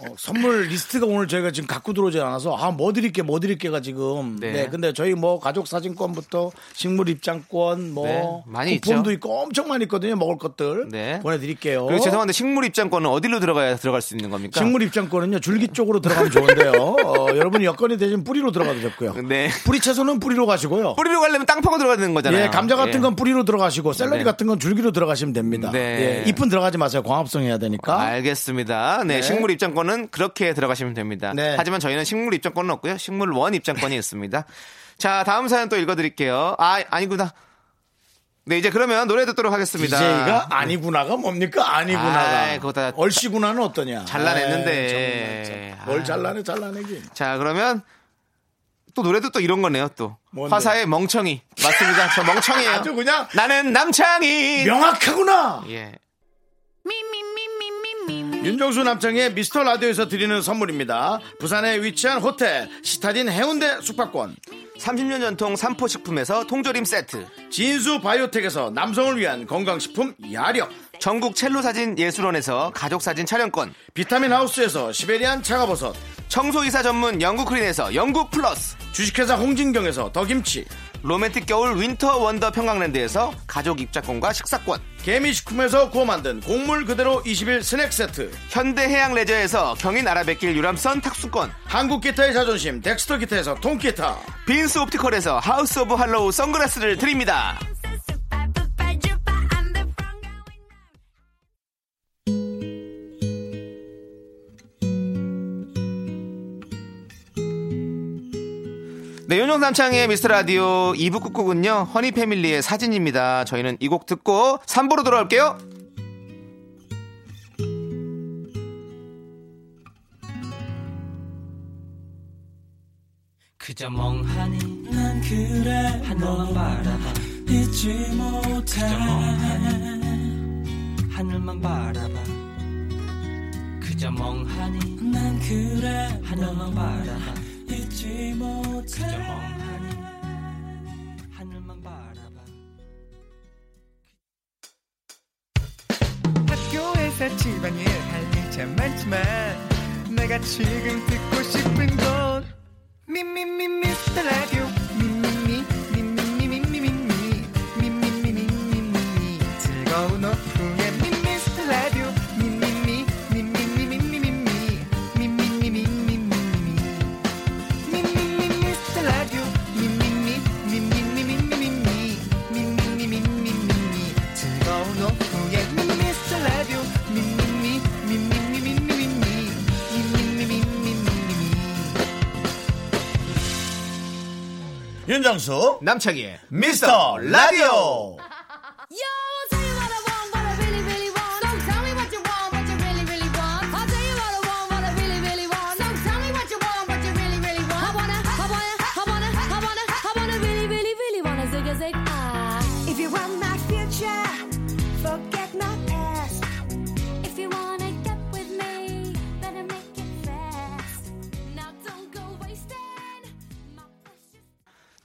어, 선물 리스트가 오늘 저희가 지금 갖고 들어오지 않아서 아 뭐 드릴게 뭐 드릴게가 지금 네. 네. 근데 저희 뭐 가족 사진권부터 식물 입장권 뭐 네, 많이 쿠폰도 있죠. 있고 엄청 많이 있거든요 먹을 것들 네. 보내드릴게요 그리고 죄송한데 식물 입장권은 어디로 들어가야 들어갈 수 있는 겁니까? 식물 입장권은요 줄기 쪽으로 들어가면 좋은데요 어, 여러분 여건이 대신 뿌리로 들어가도 좋고요 네. 뿌리 채소는 뿌리로 가시고요 뿌리로 가려면 땅 파고 들어가야 되는 거잖아요. 예, 감자 같은 예. 건 뿌리로 들어가시고 샐러리 네. 같은 건 줄기로 들어가시면 됩니다. 네. 예, 잎은 들어가지 마세요. 광합성 해야 되니까. 알겠습니다. 네, 식물 입장권은 그렇게 들어가시면 됩니다. 네. 하지만 저희는 식물 입장권은 없고요. 식물원 입장권이 있습니다. [laughs] 자, 다음 사연 또 읽어드릴게요. 아, 아니구나. 네, 이제 그러면 노래 듣도록 하겠습니다. DJ가 아니구나가 뭡니까? 아니구나가. 아이, 그거 다 얼씨구나는 어떠냐? 잘라냈는데. 아이, 정말 참. 뭘 아. 잘라내, 잘라내긴. 자, 그러면 또 노래도 또 이런 거네요, 또. 뭔데? 화사의 멍청이. 맞습니다. 저 멍청이에요. 아주 그냥 나는 남창이. 명확하구나! 예. 윤정수 남창의 미스터 라디오에서 드리는 선물입니다. 부산에 위치한 호텔, 시타딘 해운대 숙박권, 30년 전통 삼포식품에서 통조림 세트. 진수 바이오텍에서 남성을 위한 건강식품 야력, 전국 첼로 사진 예술원에서 가족 사진 촬영권. 비타민 하우스에서 시베리안 차가버섯, 청소이사 전문 영국 크린에서 영국 플러스 주식회사 홍진경에서 더김치, 로맨틱 겨울 윈터 원더 평강랜드에서 가족 입자권과 식사권 개미식품에서 구워 만든 곡물 그대로 21 스낵 세트 현대해양 레저에서 경인 아라뱃길 유람선 탁수권 한국 기타의 자존심 덱스터 기타에서 통기타 빈스 옵티컬에서 하우스 오브 할로우 선글라스를 드립니다 네, 윤종삼창의 미스터라디오 2부 꾹꾹은요 허니패밀리의 사진입니다 저희는 이 곡 듣고 3부로 돌아올게요 그저 멍하니 난 그래 하늘만 바라봐 잊지 못해 그저 멍하니 하늘만 바라봐 그저 멍하니 난 그래 하늘만 바라봐 잊지 못해 그저 멍하니 하늘만 바라봐 학교에서 집안일 할 일 참 많지만 내가 지금 듣고 싶은 건 미미미 미스터 라디오 미미미 미미미미미미 미미미미미미 즐거운 오후에 미스터 라디오 미미미 미미미미미미 미미미미미미 미미미 미스터 라디오 미미미 미미미미미미 미미미미미미 윤정수 남창희의 미스터 라디오 Yo, I'll tell you what I want, what I really, really want. Don't tell me what you want, what you really, really want. I'll tell you what I want, what I really, really want. Don't tell me what you want, what you really, really want. I wanna, I wanna, I wanna, I wanna, I wanna really, really, really wanna zig a zig ah. If you want my future, forget my past. If you wanna get with me, better make it fast. Now don't go wasting my precious.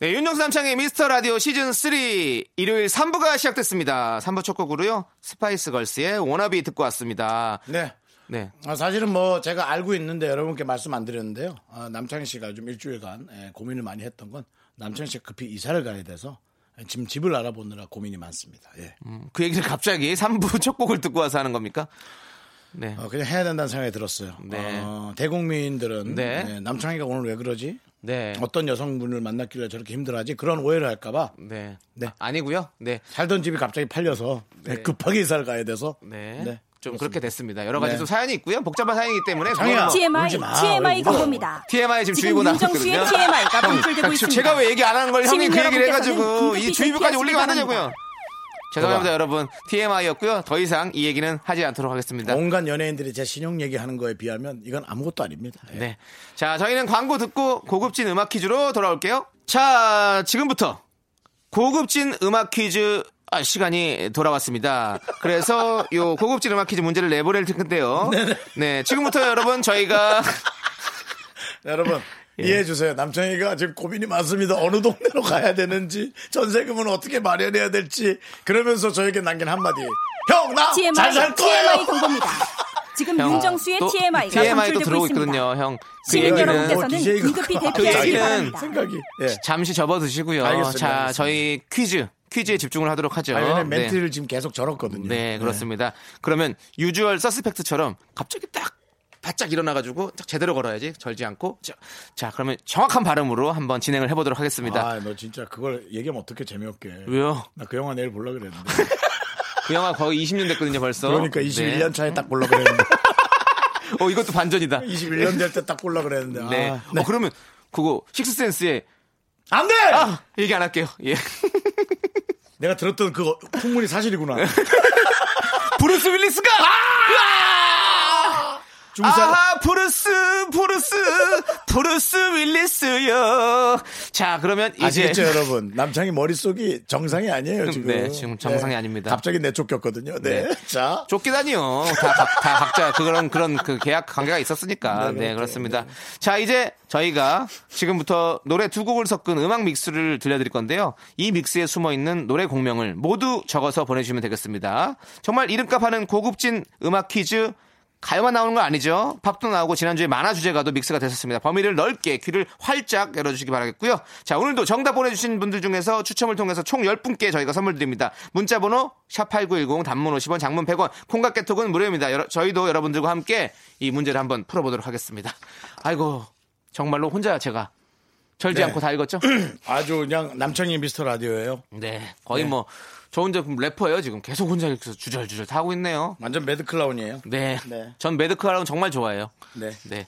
네, 윤정수 남창의 미스터 라디오 시즌 3 일요일 3부가 시작됐습니다. 3부 첫 곡으로요. 스파이스 걸스의 워너비 듣고 왔습니다. 네. 네. 아, 사실은 뭐 제가 알고 있는데 여러분께 말씀 안 드렸는데요. 아, 남창희 씨가 좀 일주일간 예, 고민을 많이 했던 건 남창희 씨가 급히 이사를 가야 돼서 지금 집을 알아보느라 고민이 많습니다. 예. 그 얘기를 갑자기 3부 첫 곡을 듣고 와서 하는 겁니까? 네. 어, 그냥 해야 된다는 생각이 들었어요. 네. 어, 대국민들은 네. 예, 남창희가 오늘 왜 그러지? 네. 어떤 여성분을 만났길래 저렇게 힘들어하지? 그런 오해를 할까봐 네. 네. 아, 니고요 네. 살던 집이 갑자기 팔려서 예, [laughs] 급하게 이사를 가야 돼서 네. 네, 좀 그렇게 됐습니다. 여러 가지 네. 또 사연이 있고요. 복잡한 사연이기 때문에 장이야. 그거는 TMI, 울지 마. TMI 울어. 광고입니다. TMI 지금 지금 주의보 나왔거든요. 윤정수의 TMI가 형, 분출되고 있습니다. 제가 왜 얘기 안 하는 걸 형이 시민 그 얘기를 여러분께서는 해가지고 이 분노 주의보까지 피드백하시기 올리면 안 바랍니다. 되냐고요. 죄송합니다 여러분. TMI였고요. 더 이상 이 얘기는 하지 않도록 하겠습니다. 온갖 연예인들이 제 신용 얘기하는 거에 비하면 이건 아무것도 아닙니다. 예. 네. 자, 저희는 광고 듣고 고급진 음악 퀴즈로 돌아올게요. 자, 지금부터 고급진 음악 퀴즈 아, 시간이 돌아왔습니다. [laughs] 그래서 요 고급진 음악 퀴즈 문제를 내보낼 텐데요. 네, 지금부터 [laughs] 여러분 저희가 [laughs] 여러분 예. 이해해 주세요. 남창희가 지금 고민이 많습니다. 어느 동네로 가야 되는지 전세금은 어떻게 마련해야 될지 그러면서 저에게 남긴 한마디. 형 나 TMI, 잘 살 TMI 거예요. 광고입니다. 지금 형, 윤정수의 또 TMI가 TMI도 분출되고 들어오고 있습니다. 있거든요, 형. 그 시민 여러분께서 얘기는 뭐 여러분께서는 DJ 가 긴급히 그거 대피하시기 자기는 바랍니다. 생각이. 예. 잠시 접어두시고요. 알겠습니다, 자, 알겠습니다. 저희 퀴즈 퀴즈에 집중을 하도록 하죠. 아, 왜냐면 네. 멘트를 지금 계속 절었거든요. 네, 그렇습니다. 그러면 유주얼 서스펙트처럼 갑자기 딱 바짝 일어나가지고 딱 제대로 걸어야지 절지 않고 자, 자, 그러면 정확한 발음으로 한번 진행을 해보도록 하겠습니다. 아, 너 진짜 그걸 얘기하면 어떻게 재미없게. 왜요? 나 그 영화 내일 보려 그랬는데. 그 영화 거의 20년 됐거든요 벌써. 그러니까 21년 차에 딱 보려 [laughs] 그랬는데. 네. 어 이것도 반전이다. 21년 될 때 딱 보려 그랬는데. 아, 네. 어 그러면 그거 식스센스에 안 돼! 아 얘기 안 할게요. 예. 내가 들었던 그거 풍문이 사실이구나. [laughs] 아! 브루스 윌리스가 아! 중사 아하 브루스 브루스 브루스 윌리스요. 자 그러면 이제 아시겠죠 여러분 남창이 머릿속이 정상이 아니에요 지금 네, 지금 정상이 아닙니다. 갑자기 내쫓겼거든요 네. 네자 쫓기다니요. 다, 각- 다 각자 그런 그런 그 계약 관계가 있었으니까. 네, 그렇습니다. 자, 이제 저희가 지금부터 노래 두 곡을 섞은 음악 믹스를 들려드릴 건데요. 이 믹스에 숨어 있는 노래 공명을 모두 적어서 보내주시면 되겠습니다. 정말 이름값 하는 고급진 음악 퀴즈. 가요만 나오는 건 아니죠. 팝도 나오고 지난주에 만화 주제가도 믹스가 됐었습니다. 범위를 넓게 귀를 활짝 열어주시기 바라겠고요. 자 오늘도 정답 보내주신 분들 중에서 추첨을 통해서 총 10분께 저희가 선물 드립니다. 문자번호 샵8910 단문 50원 장문 100원 콩깍 개톡은 무료입니다. 여러- 저희도 여러분들과 함께 이 문제를 한번 풀어보도록 하겠습니다. 아이고 정말로 혼자 제가 절지 네. 않고 다 읽었죠? [clears throat] 아주 그냥 남창이 미스터 라디오예요 네 거의 뭐 저 혼자 그럼 래퍼예요 지금 계속 혼자 읽어서 주절주절 다 하고 있네요. 완전 매드 클라운이에요 네. 네. 전 매드클라운 정말 좋아해요. 네 네.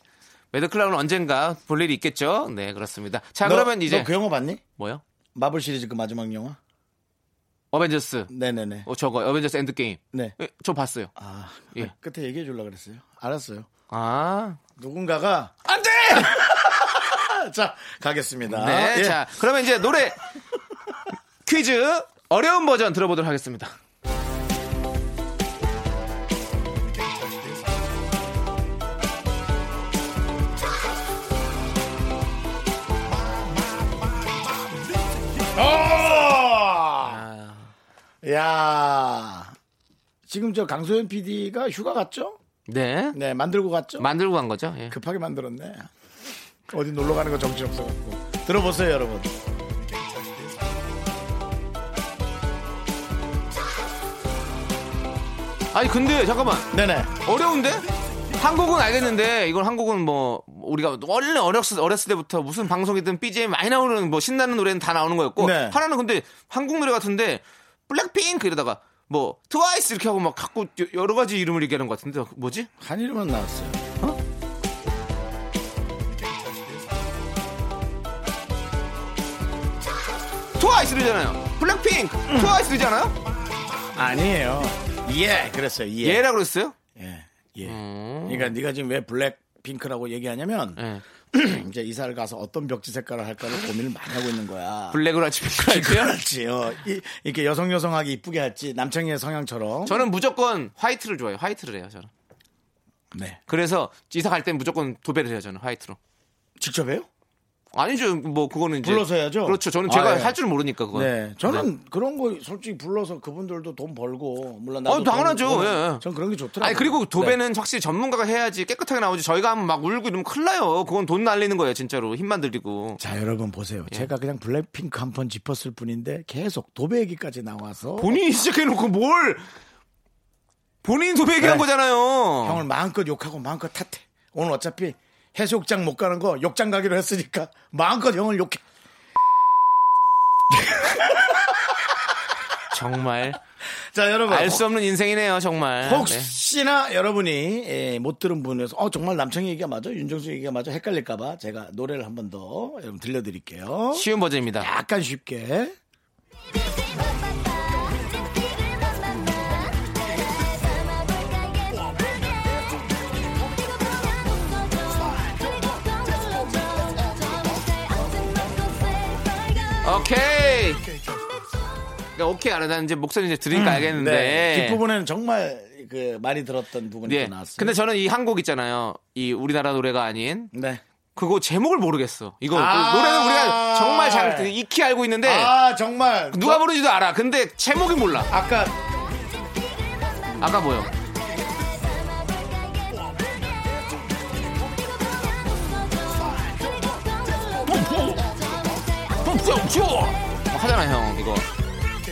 매드클라운 언젠가 볼 일이 있겠죠? 네, 그렇습니다. 자, 너- 그러면 이제 너그 영화 봤니 뭐요? 마블 시리즈 그 마지막 영화 어벤져스. 네네네 어, 저거 어벤져스 엔드 게임. 예, 네 저 봤어요. 아, 예. 끝에 얘기해 주려고 그랬어요 알았어요 아. 누군가가 안돼 자 가겠습니다 네. 예. 자, 그러면 이제 노래 퀴즈 어려운 버전 들어보도록 하겠습니다. 야 지금 저 강소연 PD가 휴가 갔죠 네. 네 만들고 갔죠 만들고 간 거죠? 예. 급하게 만들었네. 어디 놀러 가는 거 정신없어 갖고. 들어보세요, 여러분. 아니, 근데 잠깐만. 네네. 어려운데? 한국은 알겠는데 이건 한국은 뭐 우리가 원래 어렸을, 어렸을 때부터 무슨 방송이든 BGM 많이 나오는 뭐 신나는 노래는 다 나오는 거였고 네. 하나는 근데 한국 노래 같은데 블랙핑크 이러다가 뭐 트와이스 이렇게 하고 막 갖고 여러 가지 이름을 얘기하는 것 같은데 뭐지? 한 이름만 나왔어요. 트와이스 되잖아요. 블랙핑크 음. 트와이스 되잖아요. 아니에요. 예, 그랬어요. 예. 얘라 그랬어요? 예. 예. 음. 그러니까 네가 지금 왜 블랙 핑크라고 얘기하냐면 예. [clears throat] 이제 이사를 가서 어떤 벽지 색깔을 할까를 고민을 많이 하고 있는 거야. 블랙으로 할지 핑크로 할지요? 그렇지. 어. 이, 이렇게 여성 여성하게 이쁘게 할지 남창희의 성향처럼. 저는 무조건 화이트를 좋아해요. 화이트를 해요, 저는. 네. 그래서 이사 갈 땐 무조건 도배를 해요, 저는 화이트로. 직접 해요? 아니죠, 뭐 그거는 이제 불러서 해야죠. 그렇죠. 저는 아, 제가 예. 할 줄 모르니까 그건. 네. 저는 그런 거 솔직히 불러서 그분들도 돈 벌고 물론 나도 어, 당연하죠. 돈 벌고, 예. 전 그런 게 좋더라고요. 네. 아니 그리고 도배는 확실히 전문가가 해야지 깨끗하게 나오지 저희가 하면 막 울고 이러면 큰일 나요 그건 돈 날리는 거예요 진짜로 힘만 들리고 자, 여러분 보세요. 예. 제가 그냥 블랙핑크 한 번 짚었을 뿐인데 계속 도배 얘기까지 나와서 본인이 시작해놓고 뭘 본인 도배 네. 얘기한 거잖아요 형을 마음껏 욕하고 마음껏 탓해. 오늘 어차피 해수욕장 못 가는 거 욕장 가기로 했으니까 마음껏 형을 욕해. [laughs] 정말 자, 여러분. 알 수 없는 인생이네요 정말 네. 혹시나 여러분이 예, 못 들은 분에서 어 정말 남창희 얘기가 맞아 윤정수 얘기가 맞아 헷갈릴까봐 제가 노래를 한 번 더 여러분 들려드릴게요. 쉬운 버전입니다 약간 쉽게 오케이 그러니까 오케이 알아다 이제 목소리 이제 들으니까 알겠는데 네. 뒷부분에는 정말 그 많이 들었던 부분이 예. 또 나왔어요. 근데 저는 이 한 곡 있잖아요 이 우리나라 노래가 아닌 네. 그거 제목을 모르겠어. 이거 아. 그 노래는 우리가 정말 잘 익히 알고 있는데 아 정말 네. 누가 부르지도 알아. 근데 제목이 몰라. 아까 아까 뭐요? 하잖아 형 이거.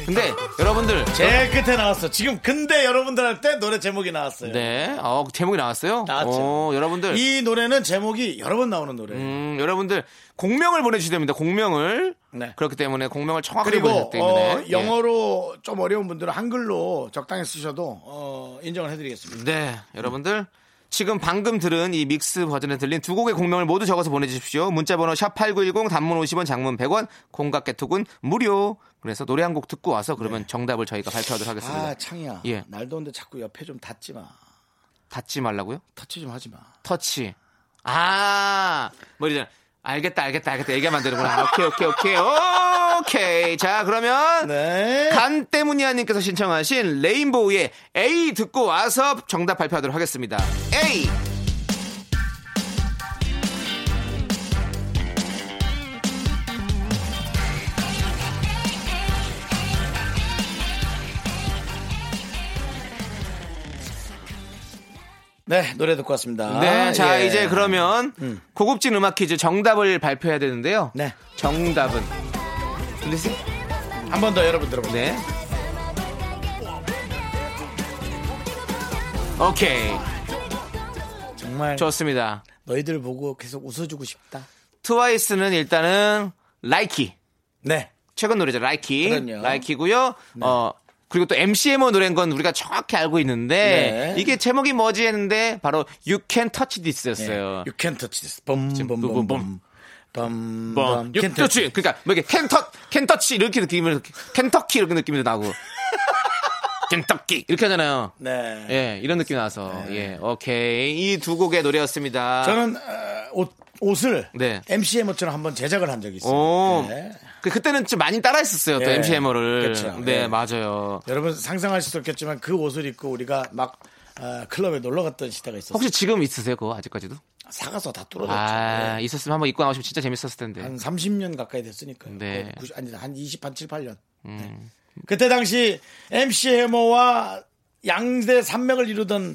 근데 여러분들 제일 끝에 나왔어. 지금 근데 여러분들 할 때 노래 제목이 나왔어요. 네, 어, 제목이 나왔어요. 나왔죠. 어, 여러분들 이 노래는 제목이 여러 번 나오는 노래. 요 음, 여러분들 공명을 보내주셔야 됩니다. 공명을 네. 그렇기 때문에 공명을 정확하게 그리고 보내주기 때문에 예. 어, 영어로 좀 어려운 분들은 한글로 적당히 쓰셔도 어, 인정을 해드리겠습니다. 예. 네, 여러분들 지금 방금 들은 이 믹스 버전에 들린 두 곡의 공명을 모두 적어서 보내주십시오. 문자번호 샵 #8910 단문 50원, 장문 100원, 공각개톡은 무료. 그래서 노래 한 곡 듣고 와서 그러면 정답을 저희가 발표하도록 하겠습니다. 네. 아 창이야. 예. 날 더운데 자꾸 옆에 좀 닿지 마. 닫지 말라고요? 터치 좀 하지 마. 터치. 아, 머리잖아. 알겠다, 알겠다, 알겠다. 얘기하면 안 되는구나. 오케이, 오케이, 오케이. 오케이. 자, 그러면. 네. 간 때문이야님께서 신청하신 레인보우의 A 듣고 와서 정답 발표하도록 하겠습니다. A! 네 노래 듣고 왔습니다. 네, 자, 예. 이제 그러면 고급진 음악 퀴즈 정답을 발표해야 되는데요. 네. 정답은. 들리세요? 한 번 더 여러분 들어보세요. 네. 오케이. 정말 좋습니다. 너희들 보고 계속 웃어주고 싶다. 트와이스는 일단은 라이키. 네. 최근 노래죠. 라이키. 그럼요. 네. 라이키고요. 어 그리고 또 MCMO 노래인 건 우리가 정확히 알고 있는데 네. 이게 제목이 뭐지 했는데 바로 You Can Touch This였어요. 예. 네. You can't touch this. 붐붐붐붐. 붐. 번. You Can Touch. 그러니까 뭐 이렇게 Can Touch, Can Touch 이렇게 느낌을 켄터키 이렇게 [laughs] 느낌이 나고 켄터키 이렇게 하잖아요. 네. 예, 이런 느낌이 나서 예, 오케이 이 두 곡의 노래였습니다. 저는 어, 옷, 옷을 네. MC의 모처럼 한번 제작을 한 적이 있어요. 오, 네. 그, 그때는 좀 많이 따라했었어요. 또 예. MCMO를. 그렇죠. 네, 예. 맞아요. 여러분 상상할 수도 없겠지만 그 옷을 입고 우리가 막 어, 클럽에 놀러 갔던 시대가 있었어요. 혹시 지금 있으세요? 그거 아직까지도? 사가서 다 뚫어졌죠. 아, 네. 있었으면 한번 입고 나오시면 진짜 재밌었을 텐데. 한 30년 가까이 됐으니까요. 네. 음. 거의 90, 아니 한 20, 한 7, 8년. 네. 그때 당시 MC 해머와 양대 산맥을 이루던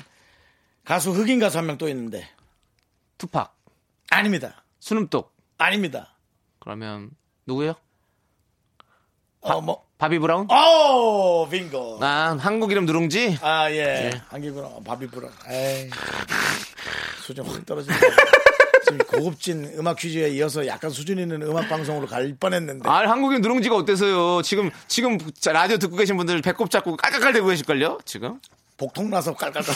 가수 흑인 가수 한 명 또 있는데 투팍, 아닙니다. 수num독. 아닙니다. 그러면 누구요? 어, 뭐, 바비 브라운? 오, 빙고. 아, 한국 이름 누룽지? 아, 예. 한기구랑 밥이 불어. 에이. 수준 확 떨어진다. [laughs] 지금 고급진 음악 퀴즈에 이어서 약간 수준 있는 음악 방송으로 갈 뻔했는데. 아, 한국 이름 누룽지가 어때서요? 지금, 지금 자, 라디오 듣고 계신 분들 배꼽 잡고 깔깔깔 대고 계실걸요? 지금? 복통 나서 깔깔깔.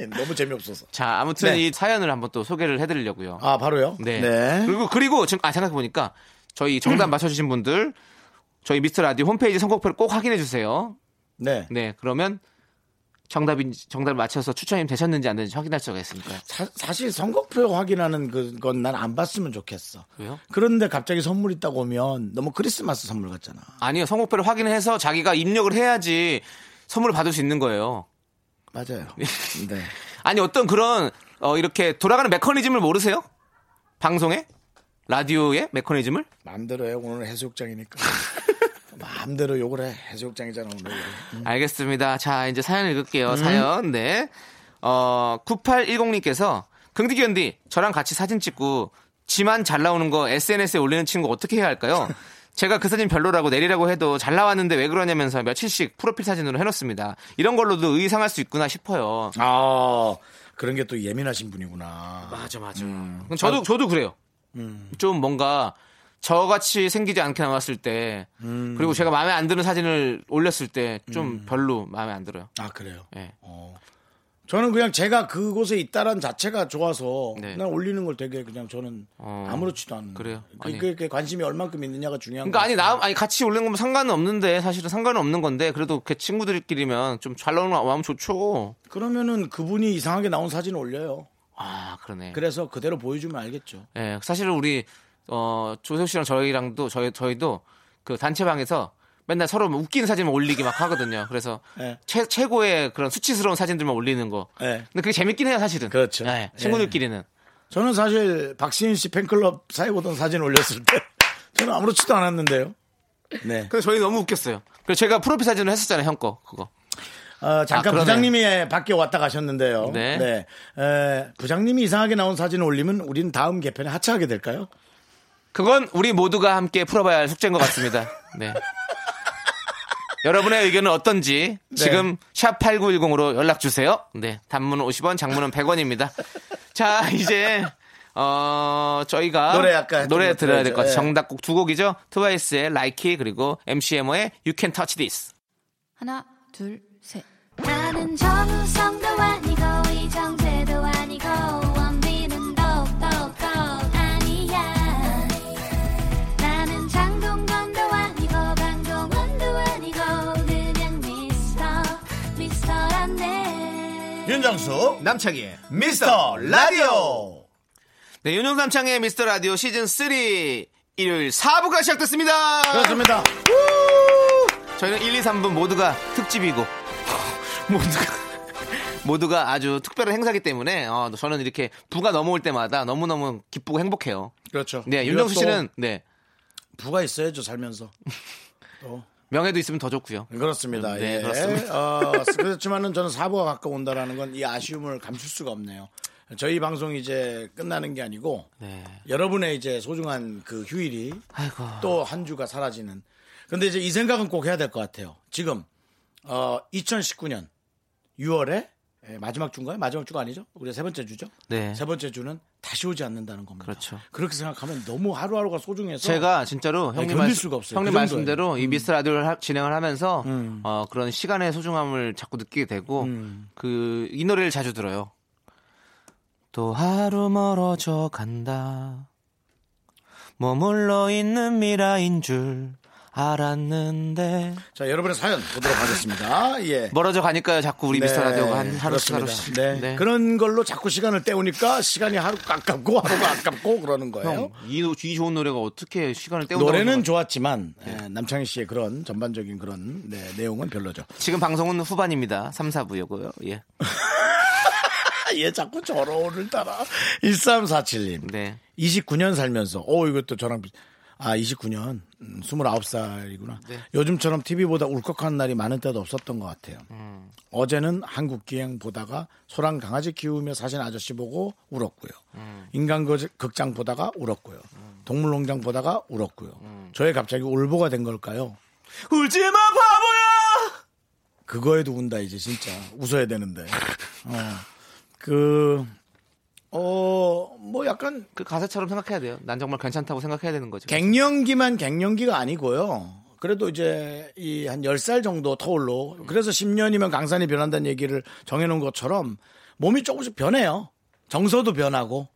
[laughs] 예, 너무 재미없어서. 자, 아무튼 네. 이 사연을 한번 또 소개를 해드리려고요. 아, 바로요? [clears throat] 네. 그리고, 그리고 지금, 아, 생각해보니까 저희 정답 맞춰주신 분들 저희 미스터 라디오 홈페이지 선곡표를 꼭 확인해 주세요. 네. 네, 그러면 정답인지 정답을 맞춰서 추천이 되셨는지 안 되는지 확인할 수가 있으니까요. 사, 실 선거표 확인하는 그건 난 안 봤으면 좋겠어. 왜요? 그런데 갑자기 선물 있다고 오면 너무 크리스마스 선물 같잖아. 아니요, 선곡표를 확인해서 자기가 입력을 해야지 선물을 받을 수 있는 거예요. 맞아요. 네. 아니 어떤 그런 어, 이렇게 돌아가는 메커니즘을 모르세요? 방송에 라디오의 메커니즘을? [laughs] 마음대로 해. 오늘 해수욕장이니까. [laughs] 마음대로 욕을 해. 해수욕장이잖아, 오늘. 알겠습니다. 자, 이제 사연 읽을게요. 사연. 네. 어, 9810님께서 긍디견디 저랑 같이 사진 찍고 지만 잘 나오는 거 SNS에 올리는 친구 어떻게 해야 할까요? 제가 그 사진 별로라고 내리라고 해도 잘 나왔는데 왜 그러냐면서 며칠씩 프로필 사진으로 해놓습니다. 이런 걸로도 의상할 수 있구나 싶어요. 아, 그런 게 또 예민하신 분이구나. 맞아, 음. 맞아. 음. 저도, 저도 그래요. 좀 뭔가 저같이 생기지 않게 나왔을 때 그리고 제가 마음에 안 드는 사진을 올렸을 때 좀 별로 마음에 안 들어요. 아, 그래요. 예. 어. 저는 그냥 제가 그곳에 있다란 자체가 좋아서 네. 난 올리는 걸 되게 그냥 저는 어, 아무렇지도 않은 그래요? 그, 아니. 그, 그 관심이 얼만큼 있느냐가 중요한 그러니까 거 아니 나 아니 같이 올리는 거면 상관은 없는데 사실은 상관은 없는 건데 그래도 그 친구들끼리면 좀 잘 나오는 거 마음 좋죠. 그러면은 그분이 이상하게 나온 사진을 올려요. 아 그러네. 그래서 그대로 보여주면 알겠죠. 예, 사실은 우리 어 조세호 씨랑 저희랑도 저희 저희도 그 단체방에서 맨날 서로 막 웃기는 사진만 올리기 막 하거든요. [laughs] 그래서 네. 최, 최고의 그런 수치스러운 사진들만 올리는 거. 네. 근데 예. 그게 재밌긴 해요, 사실은. 그렇죠. 예, 친구들끼리는. 저는 사실 박시윤 씨 팬클럽 사회 보던 사진 올렸을 때 [laughs] 저는 아무렇지도 않았는데요. 네. 그래서 저희 너무 웃겼어요. 그래서 제가 프로필 사진을 했었잖아요, 형 거. 그거. 어, 잠깐 아, 그러네. 부장님이 밖에 왔다 가셨는데요. 네. 에, 부장님이 이상하게 나온 사진을 올리면 우리는 다음 개편에 하차하게 될까요? 그건 우리 모두가 함께 풀어봐야 할 숙제인 것 같습니다. 네. 여러분의 의견은 어떤지 지금 샵 8910으로 연락 주세요. 네. 단문은 50원, 장문은 100원입니다. 자, 이제 어 저희가 노래 아까 했던 노래 거 들어야 될 것 들어야죠. 같아요. 예. 정답곡 두 곡이죠. 트와이스의 Like It 그리고 MCMO의 You Can Touch This. 하나, 둘, 셋. 나는 정우성도 아니고 이정재도 아니고 원빈은 더욱더 아니야 나는 장동건도 아니고 강동원도 아니고 그냥 미스터 미스터란데 윤정수 남창희의 미스터 라디오 네, 윤용삼창의 미스터 라디오 시즌 3 일요일 4부가 시작됐습니다. 그렇습니다. 저희는 1, 2, 3분 모두가 특집이고 [laughs] 모두가 모두가 아주 특별한 행사기 때문에 어, 저는 이렇게 부가 넘어올 때마다 너무너무 기쁘고 행복해요. 그렇죠. 네, 그리고 또 윤정수 씨는 네. 부가 있어야죠 살면서. 또. 명예도 있으면 더 좋고요. 그렇습니다. 네, 예. 그렇습니다. 어, 그렇지만은 저는 사부가 가까운다라는 건 이 아쉬움을 감출 수가 없네요. 저희 방송이 이제 끝나는 게 아니고 네. 여러분의 이제 소중한 그 휴일이 또 한 주가 사라지는. 근데 이제 이 생각은 꼭 해야 될 것 같아요. 지금 어, 2019년 6월에 예, 마지막 주인가요? 마지막 주가 아니죠? 우리 세 번째 주죠? 네. 세 번째 주는 다시 오지 않는다는 겁니다. 그렇죠. 그렇게 생각하면 너무 하루하루가 소중해서 제가 진짜로 형님, 견딜 말, 수가 없어요. 형님 그 정도예요. 음. 말씀대로 이 미스 라디오를 하- 진행을 하면서 어, 그런 시간의 소중함을 자꾸 느끼게 되고 그 이 노래를 자주 들어요. 또 하루 멀어져 간다. 머물러 있는 미라인 줄 알았는데 자, 여러분의 사연 보도록 하겠습니다. 예. 멀어져 가니까요. 자꾸 우리 뭐, 미스터 라디오가 한 하루씩 네, 그렇습니다. 하루씩. 네. 네. 그런 걸로 자꾸 시간을 때우니까 시간이 하루 아깝고 하루가 아깝고 그러는 거예요. 형, 이, 노- 이 좋은 노래가 어떻게 시간을 때우는 예. 노래는 좋았지만 에, 남창희 씨의 그런 전반적인 그런 네, 내용은 별로죠. 지금 방송은 후반입니다. 3, 4부여고요. 예. 아, 얘 자꾸 저러 오늘따라 [laughs] 1347님. 네. 29년 살면서 어 이것도 저랑 비- 아 29년 음, 29살이구나. 네. 요즘처럼 TV보다 울컥한 날이 많은 때도 없었던 것 같아요. 음. 어제는 한국 기행 보다가 소랑 강아지 키우며 사신 아저씨 보고 울었고요. 음. 인간 거- 극장 보다가 울었고요. 동물농장 보다가 울었고요. 저의 갑자기 울보가 된 걸까요? 음. 울지 마 바보야. 그거에도 운다 이제 진짜 웃어야 되는데. 어. 그 어, 뭐 약간 그 가사처럼 생각해야 돼요. 난 정말 괜찮다고 생각해야 되는 거죠. 갱년기만 갱년기가 아니고요. 그래도 이제 이 한 10살 정도 터울로 그래서 10년이면 강산이 변한다는 얘기를 정해놓은 것처럼 몸이 조금씩 변해요. 정서도 변하고.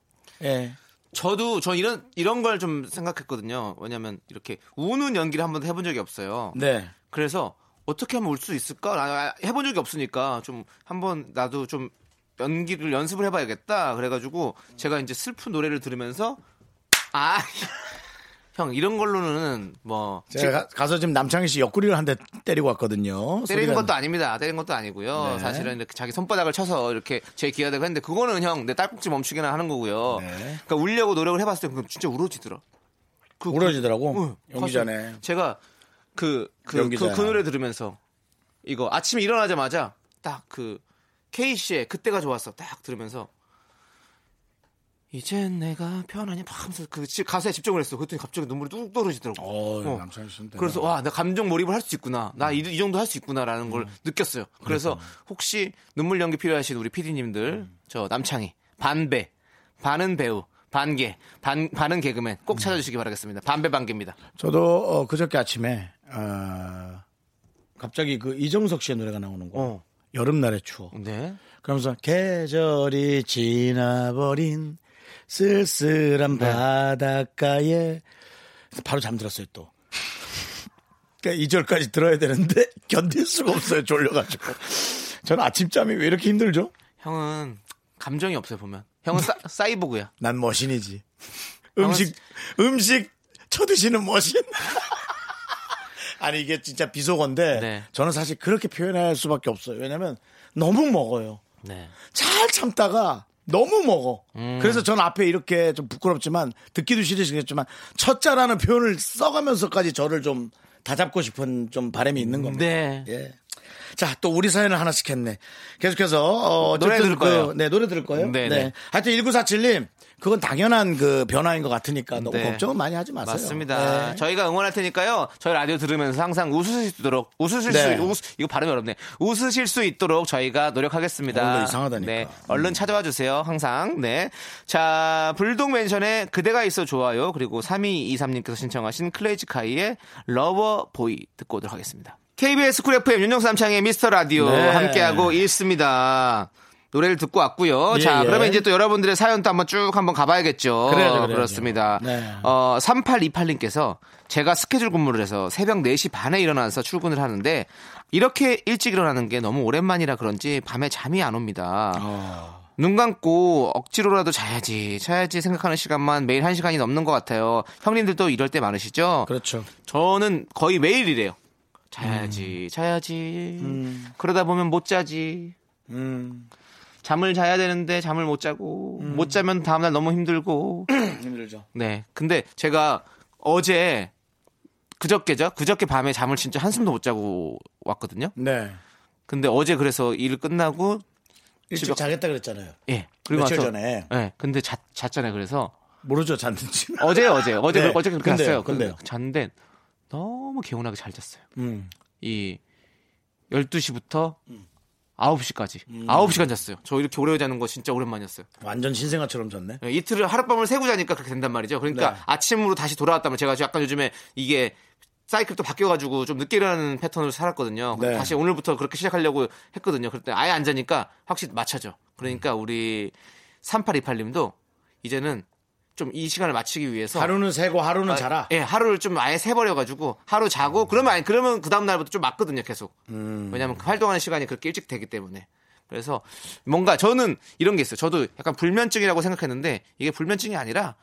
예. 저도 전 이런 이런 걸 좀 생각했거든요. 왜냐면 이렇게 우는 연기를 한번 해본 적이 없어요. 네. 그래서 어떻게 하면 울 수 있을까? 나- 나 해본 적이 없으니까 좀 한번 나도 좀 연기를 연습을 해봐야겠다. 그래가지고 제가 이제 슬픈 노래를 들으면서 아. [laughs] 형 이런 걸로는 뭐 제가 가, 서 지금 남창희 씨 옆구리를 한 대 때리고 왔거든요. 때리는 소리가- 것도 아닙니다. 때린 것도 아니고요. 네. 사실은 이렇게 자기 손바닥을 쳐서 이렇게 제 기하대고 했는데 그거는 형 내 딸꾹질 멈추게나 하는 거고요. 네. 그러니까 울려고 노력을 해봤을 때 그럼 진짜 울어지더라. 그- 울어지더라고. 응, 연기 전에. 사실 제가 그, 그, 연기 그, 전에. 그 노래 들으면서 이거 아침에 일어나자마자 딱 그 케이 씨의 그때가 좋았어 딱 들으면서 이젠 내가 편하냐 막 하면서 그 지- 가사에 집중을 했어. 그랬더니 갑자기 눈물이 뚝 떨어지더라고. 어, 어. 남창희 씨는 그래서 와 나 감정 몰입을 할 수 있구나 나 이 정도 할 수 있구나라는 걸 느꼈어요 음. 그래서 혹시 눈물 연기 필요하신 우리 PD님들 저 남창희 반배 반은 배우 반개 반 반은 개그맨 꼭 찾아주시기 바라겠습니다 반배 반개입니다 저도 어, 그저께 아침에 어, 갑자기 그 이정석 씨의 노래가 나오는 거. 어. 여름날의 추억. 네 그러면서 계절이 지나버린 쓸쓸한 바닷가에 바로 잠들었어요 또. 그러니까 2절까지 들어야 되는데 [laughs] 견딜 수가 없어요 졸려가지고. 저는 아침잠이 왜 이렇게 힘들죠? 형은 감정이 없어요 보면 형은 [laughs] 싸, 사이보그야 난 머신이지. 음식 음식 쳐드시는 머신. [laughs] 아니 이게 진짜 비속어인데 네. 저는 사실 그렇게 표현할 수밖에 없어요. 왜냐면 너무 먹어요. 네 잘 참다가 너무 먹어. 음. 그래서 전 앞에 이렇게 좀 부끄럽지만 듣기도 싫으시겠지만 첫자라는 표현을 써가면서까지 저를 좀 다잡고 싶은 좀 바람이 있는 겁니다. 네. 예. 자, 또 우리 사연을 하나씩 했네. 계속해서 어, 노래 어쨌든 들을 거예요. 그, 네, 노래 들을 거예요. 네, 네. 하여튼 1947님 그건 당연한 그 변화인 것 같으니까 너무 네. 걱정은 많이 하지 마세요. 맞습니다. 네. 저희가 응원할 테니까요. 저희 라디오 들으면서 항상 웃으실 수 있도록 웃으실 네. 수 웃- 이거 발음이 어렵네. 웃으실 수 있도록 저희가 노력하겠습니다. 오늘 이상하다니까. 음. 네. 얼른 찾아와 주세요. 항상. 네. 자, 불독 맨션의 그대가 있어 좋아요. 그리고 3223님께서 신청하신 클레이지 카이의 러버 보이 듣고 오도록 하겠습니다. KBS 쿨 FM 윤정수 남창의 미스터 라디오 네. 함께하고 있습니다. 노래를 듣고 왔고요. 예, 자, 예. 그러면 이제 또 여러분들의 사연도 한번 쭉 한번 가봐야겠죠. 그래야죠, 그래야죠. 렇습니다 네. 어, 3828님께서 제가 스케줄 근무를 해서 새벽 4시 반에 일어나서 출근을 하는데 이렇게 일찍 일어나는 게 너무 오랜만이라 그런지 밤에 잠이 안 옵니다. 어. 눈 감고 억지로라도 자야지, 자야지 생각하는 시간만 매일 한시간이 넘는 것 같아요. 형님들도 이럴 때 많으시죠? 그렇죠. 저는 거의 매일 이래요. 자야지, 자야지. 그러다 보면 못 자지. 음, 잠을 자야 되는데 잠을 못 자고 못 자면 다음날 너무 힘들고 음. 힘들죠. 네. 근데 제가 어제 그저께죠? 그저께 밤에 잠을 진짜 한숨도 못 자고 왔거든요. 네. 근데 어제 그래서 일 끝나고 일찍 집에- 자겠다 그랬잖아요. 예. 며칠 와서- 전에. 예. 근데 잤, 잤잖아요. 그래서 모르죠, 잤는지. 어제 어제 어제 네. 그- 어제 그렇게 근데요, 잤어요. 근데요. 잤는데 너무 개운하게 잘 잤어요. 음. 이 12시부터 9시까지. 음. 9시간 잤어요. 저 이렇게 오래 자는 거 진짜 오랜만이었어요. 완전 신생아처럼 잤네. 예, 이틀을 하룻밤을 새고 자니까 그렇게 된단 말이죠. 그러니까 네. 아침으로 다시 돌아왔다면 제가 약간 요즘에 이게 사이클 도 바뀌어가지고 좀 늦게 일어나는 패턴으로 살았거든요. 네. 다시 오늘부터 그렇게 시작하려고 했거든요. 그때 아예 안 자니까 확실히 맞춰져. 음. 그러니까 우리 3828님도 이제는 좀 이 시간을 마치기 위해서 하루는 세고 하루는 자라. 어. 음. 예, 하루를 좀 아예 세버려가지고 하루 자고 그러면 아니 그러면 그 다음 날부터 좀 맞거든요, 계속. 왜냐하면 그 활동하는 시간이 그렇게 일찍 되기 때문에. 그래서 뭔가 저는 이런 게 있어요. 저도 약간 불면증이라고 생각했는데 이게 불면증이 아니라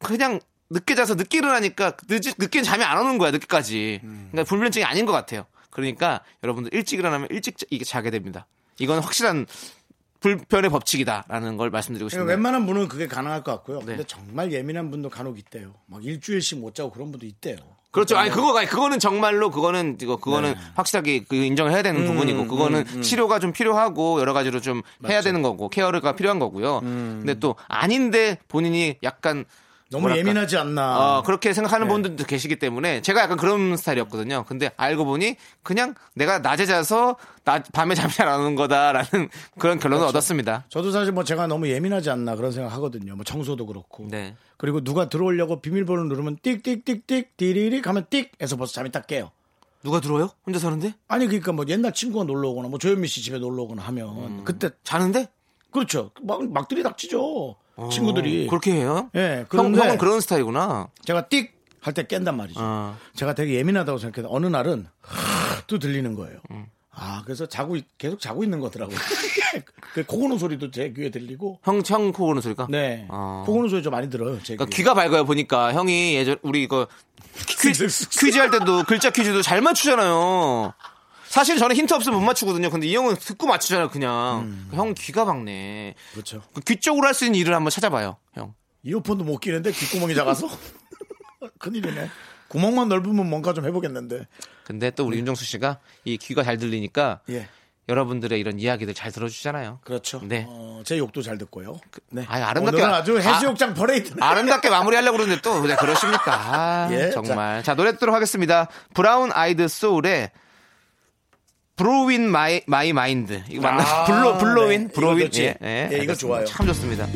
그냥 늦게 자서 늦게 일어나니까 늦, 늦게 잠이 안 오는 거야 늦게까지. 음. 그러니까 불면증이 아닌 것 같아요. 그러니까 여러분들 일찍 일어나면 일찍 자- 이게 자게 됩니다. 이건 확실한 불변의 법칙이다라는 걸 말씀드리고 그러니까 싶네요. 웬만한 분은 그게 가능할 것 같고요. 근데 네. 정말 예민한 분도 간혹 있대요. 막 일주일씩 못 자고 그런 분도 있대요. 그렇죠. 아니 그거 아니 그거는 정말로 그거는 이거 그거는 확실하게 그 인정을 해야 되는 부분이고 그거는 치료가 좀 필요하고 여러 가지로 좀 해야 되는 거고 케어가 필요한 거고요. 근데 또 아닌데 본인이 약간 너무 뭐랄까, 예민하지 않나. 어, 그렇게 생각하는 분들도 계시기 때문에 제가 약간 그런 스타일이었거든요. 근데 알고 보니 그냥 내가 낮에 자서 낮, 밤에 잠이 안 오는 거다라는 [laughs] 그런 결론을 얻었습니다. 저도 사실 뭐 제가 너무 예민하지 않나 그런 생각 하거든요. 뭐 청소도 그렇고. 네. 그리고 누가 들어오려고 비밀번호 누르면 띡띡띡띡 디리리 가면 띡 해서 벌써 잠이 딱 깨요. 누가 들어요? 혼자 사는데? 아니 그러니까 뭐 옛날 친구가 놀러 음. 오거나 뭐 조현미 씨 집에 놀러 오거나 하면 그때 자는데? 그렇죠. 막, 막 들이닥치죠. 친구들이. 어, 그렇게 해요? 예, 형, 그런데 형은 그런 스타일이구나. 제가 띡 할 때 깬단 말이죠. 아. 제가 되게 예민하다고 생각해서 어느 날은 또 들리는 거예요. 음. 아, 그래서 자고 있- 계속 자고 있는 거더라고요. [laughs] 그 코고는 소리도 제 귀에 들리고 형, 형 코고는 소리가? 네. 어. 코고는 소리 좀 많이 들어요. 제 그러니까 귀에. 귀가 밝아요, 보니까. 형이 예전, 우리 [laughs] 이거 퀴즈, 퀴즈 할 때도 글자 퀴즈도 잘 맞추잖아요. 사실 저는 힌트 없으면 못 맞추거든요. 근데 이 형은 듣고 맞추잖아요, 그냥. 음. 그러니까 형 귀가 밝네. 그렇죠. 그귀 쪽으로 할 수 있는 일을 한번 찾아봐요, 형. 이어폰도 못 끼는데 귓구멍이 작아서 [laughs] 큰일이네. 구멍만 넓으면 뭔가 좀 해보겠는데. 근데 또 우리 윤정수 씨가 이 귀가 잘 들리니까 네. 예. 여러분들의 이런 이야기들 잘 들어주잖아요. 그렇죠. 네. 그, 어, 제 욕도 잘 듣고요. 네. 아유, 아름답게 오늘은 아- 아주 해수욕장 퍼레이드. 아름답게 마무리하려고 그러는데 또 왜 그러십니까? 아, [laughs] 예, 정말. 자. 노래 듣도록 하겠습니다. 브라운 아이드 소울의 브로윈 마이 마이 마인드. 이거 맞나? 아, [laughs] 블로 블로윈 네. 이거 브로윈. 좋지. 예, 이거 알겠습니다. 좋아요. 참 좋습니다.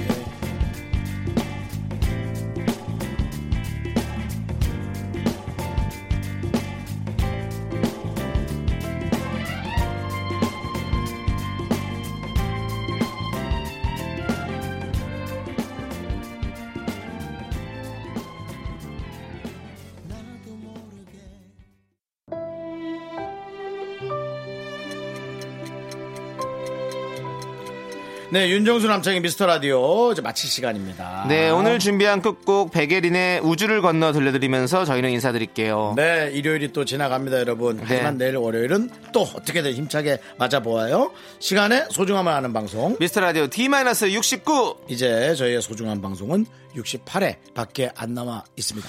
네, 윤정수 남창의 미스터 라디오 이제 마칠 시간입니다. 네, 오늘 준비한 끝곡 백예린의 우주를 건너 들려드리면서 저희는 인사드릴게요. 네, 일요일이 또 지나갑니다, 여러분. 하지만 내일 월요일은 또 어떻게든 힘차게 맞아보아요. 시간의 소중함을 아는 방송. 미스터 라디오 D-69 이제 저희의 소중한 방송은 68회 밖에 안 남아 있습니다.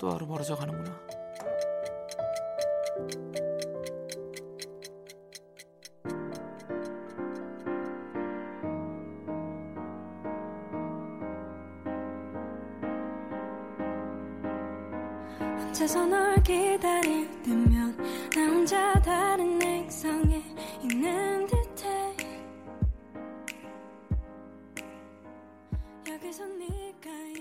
또 하루 벌어져 가는구나. 혼자서 널 기다릴 때면 나 혼자 다른 액상에 있는 듯해 여기서 네가 있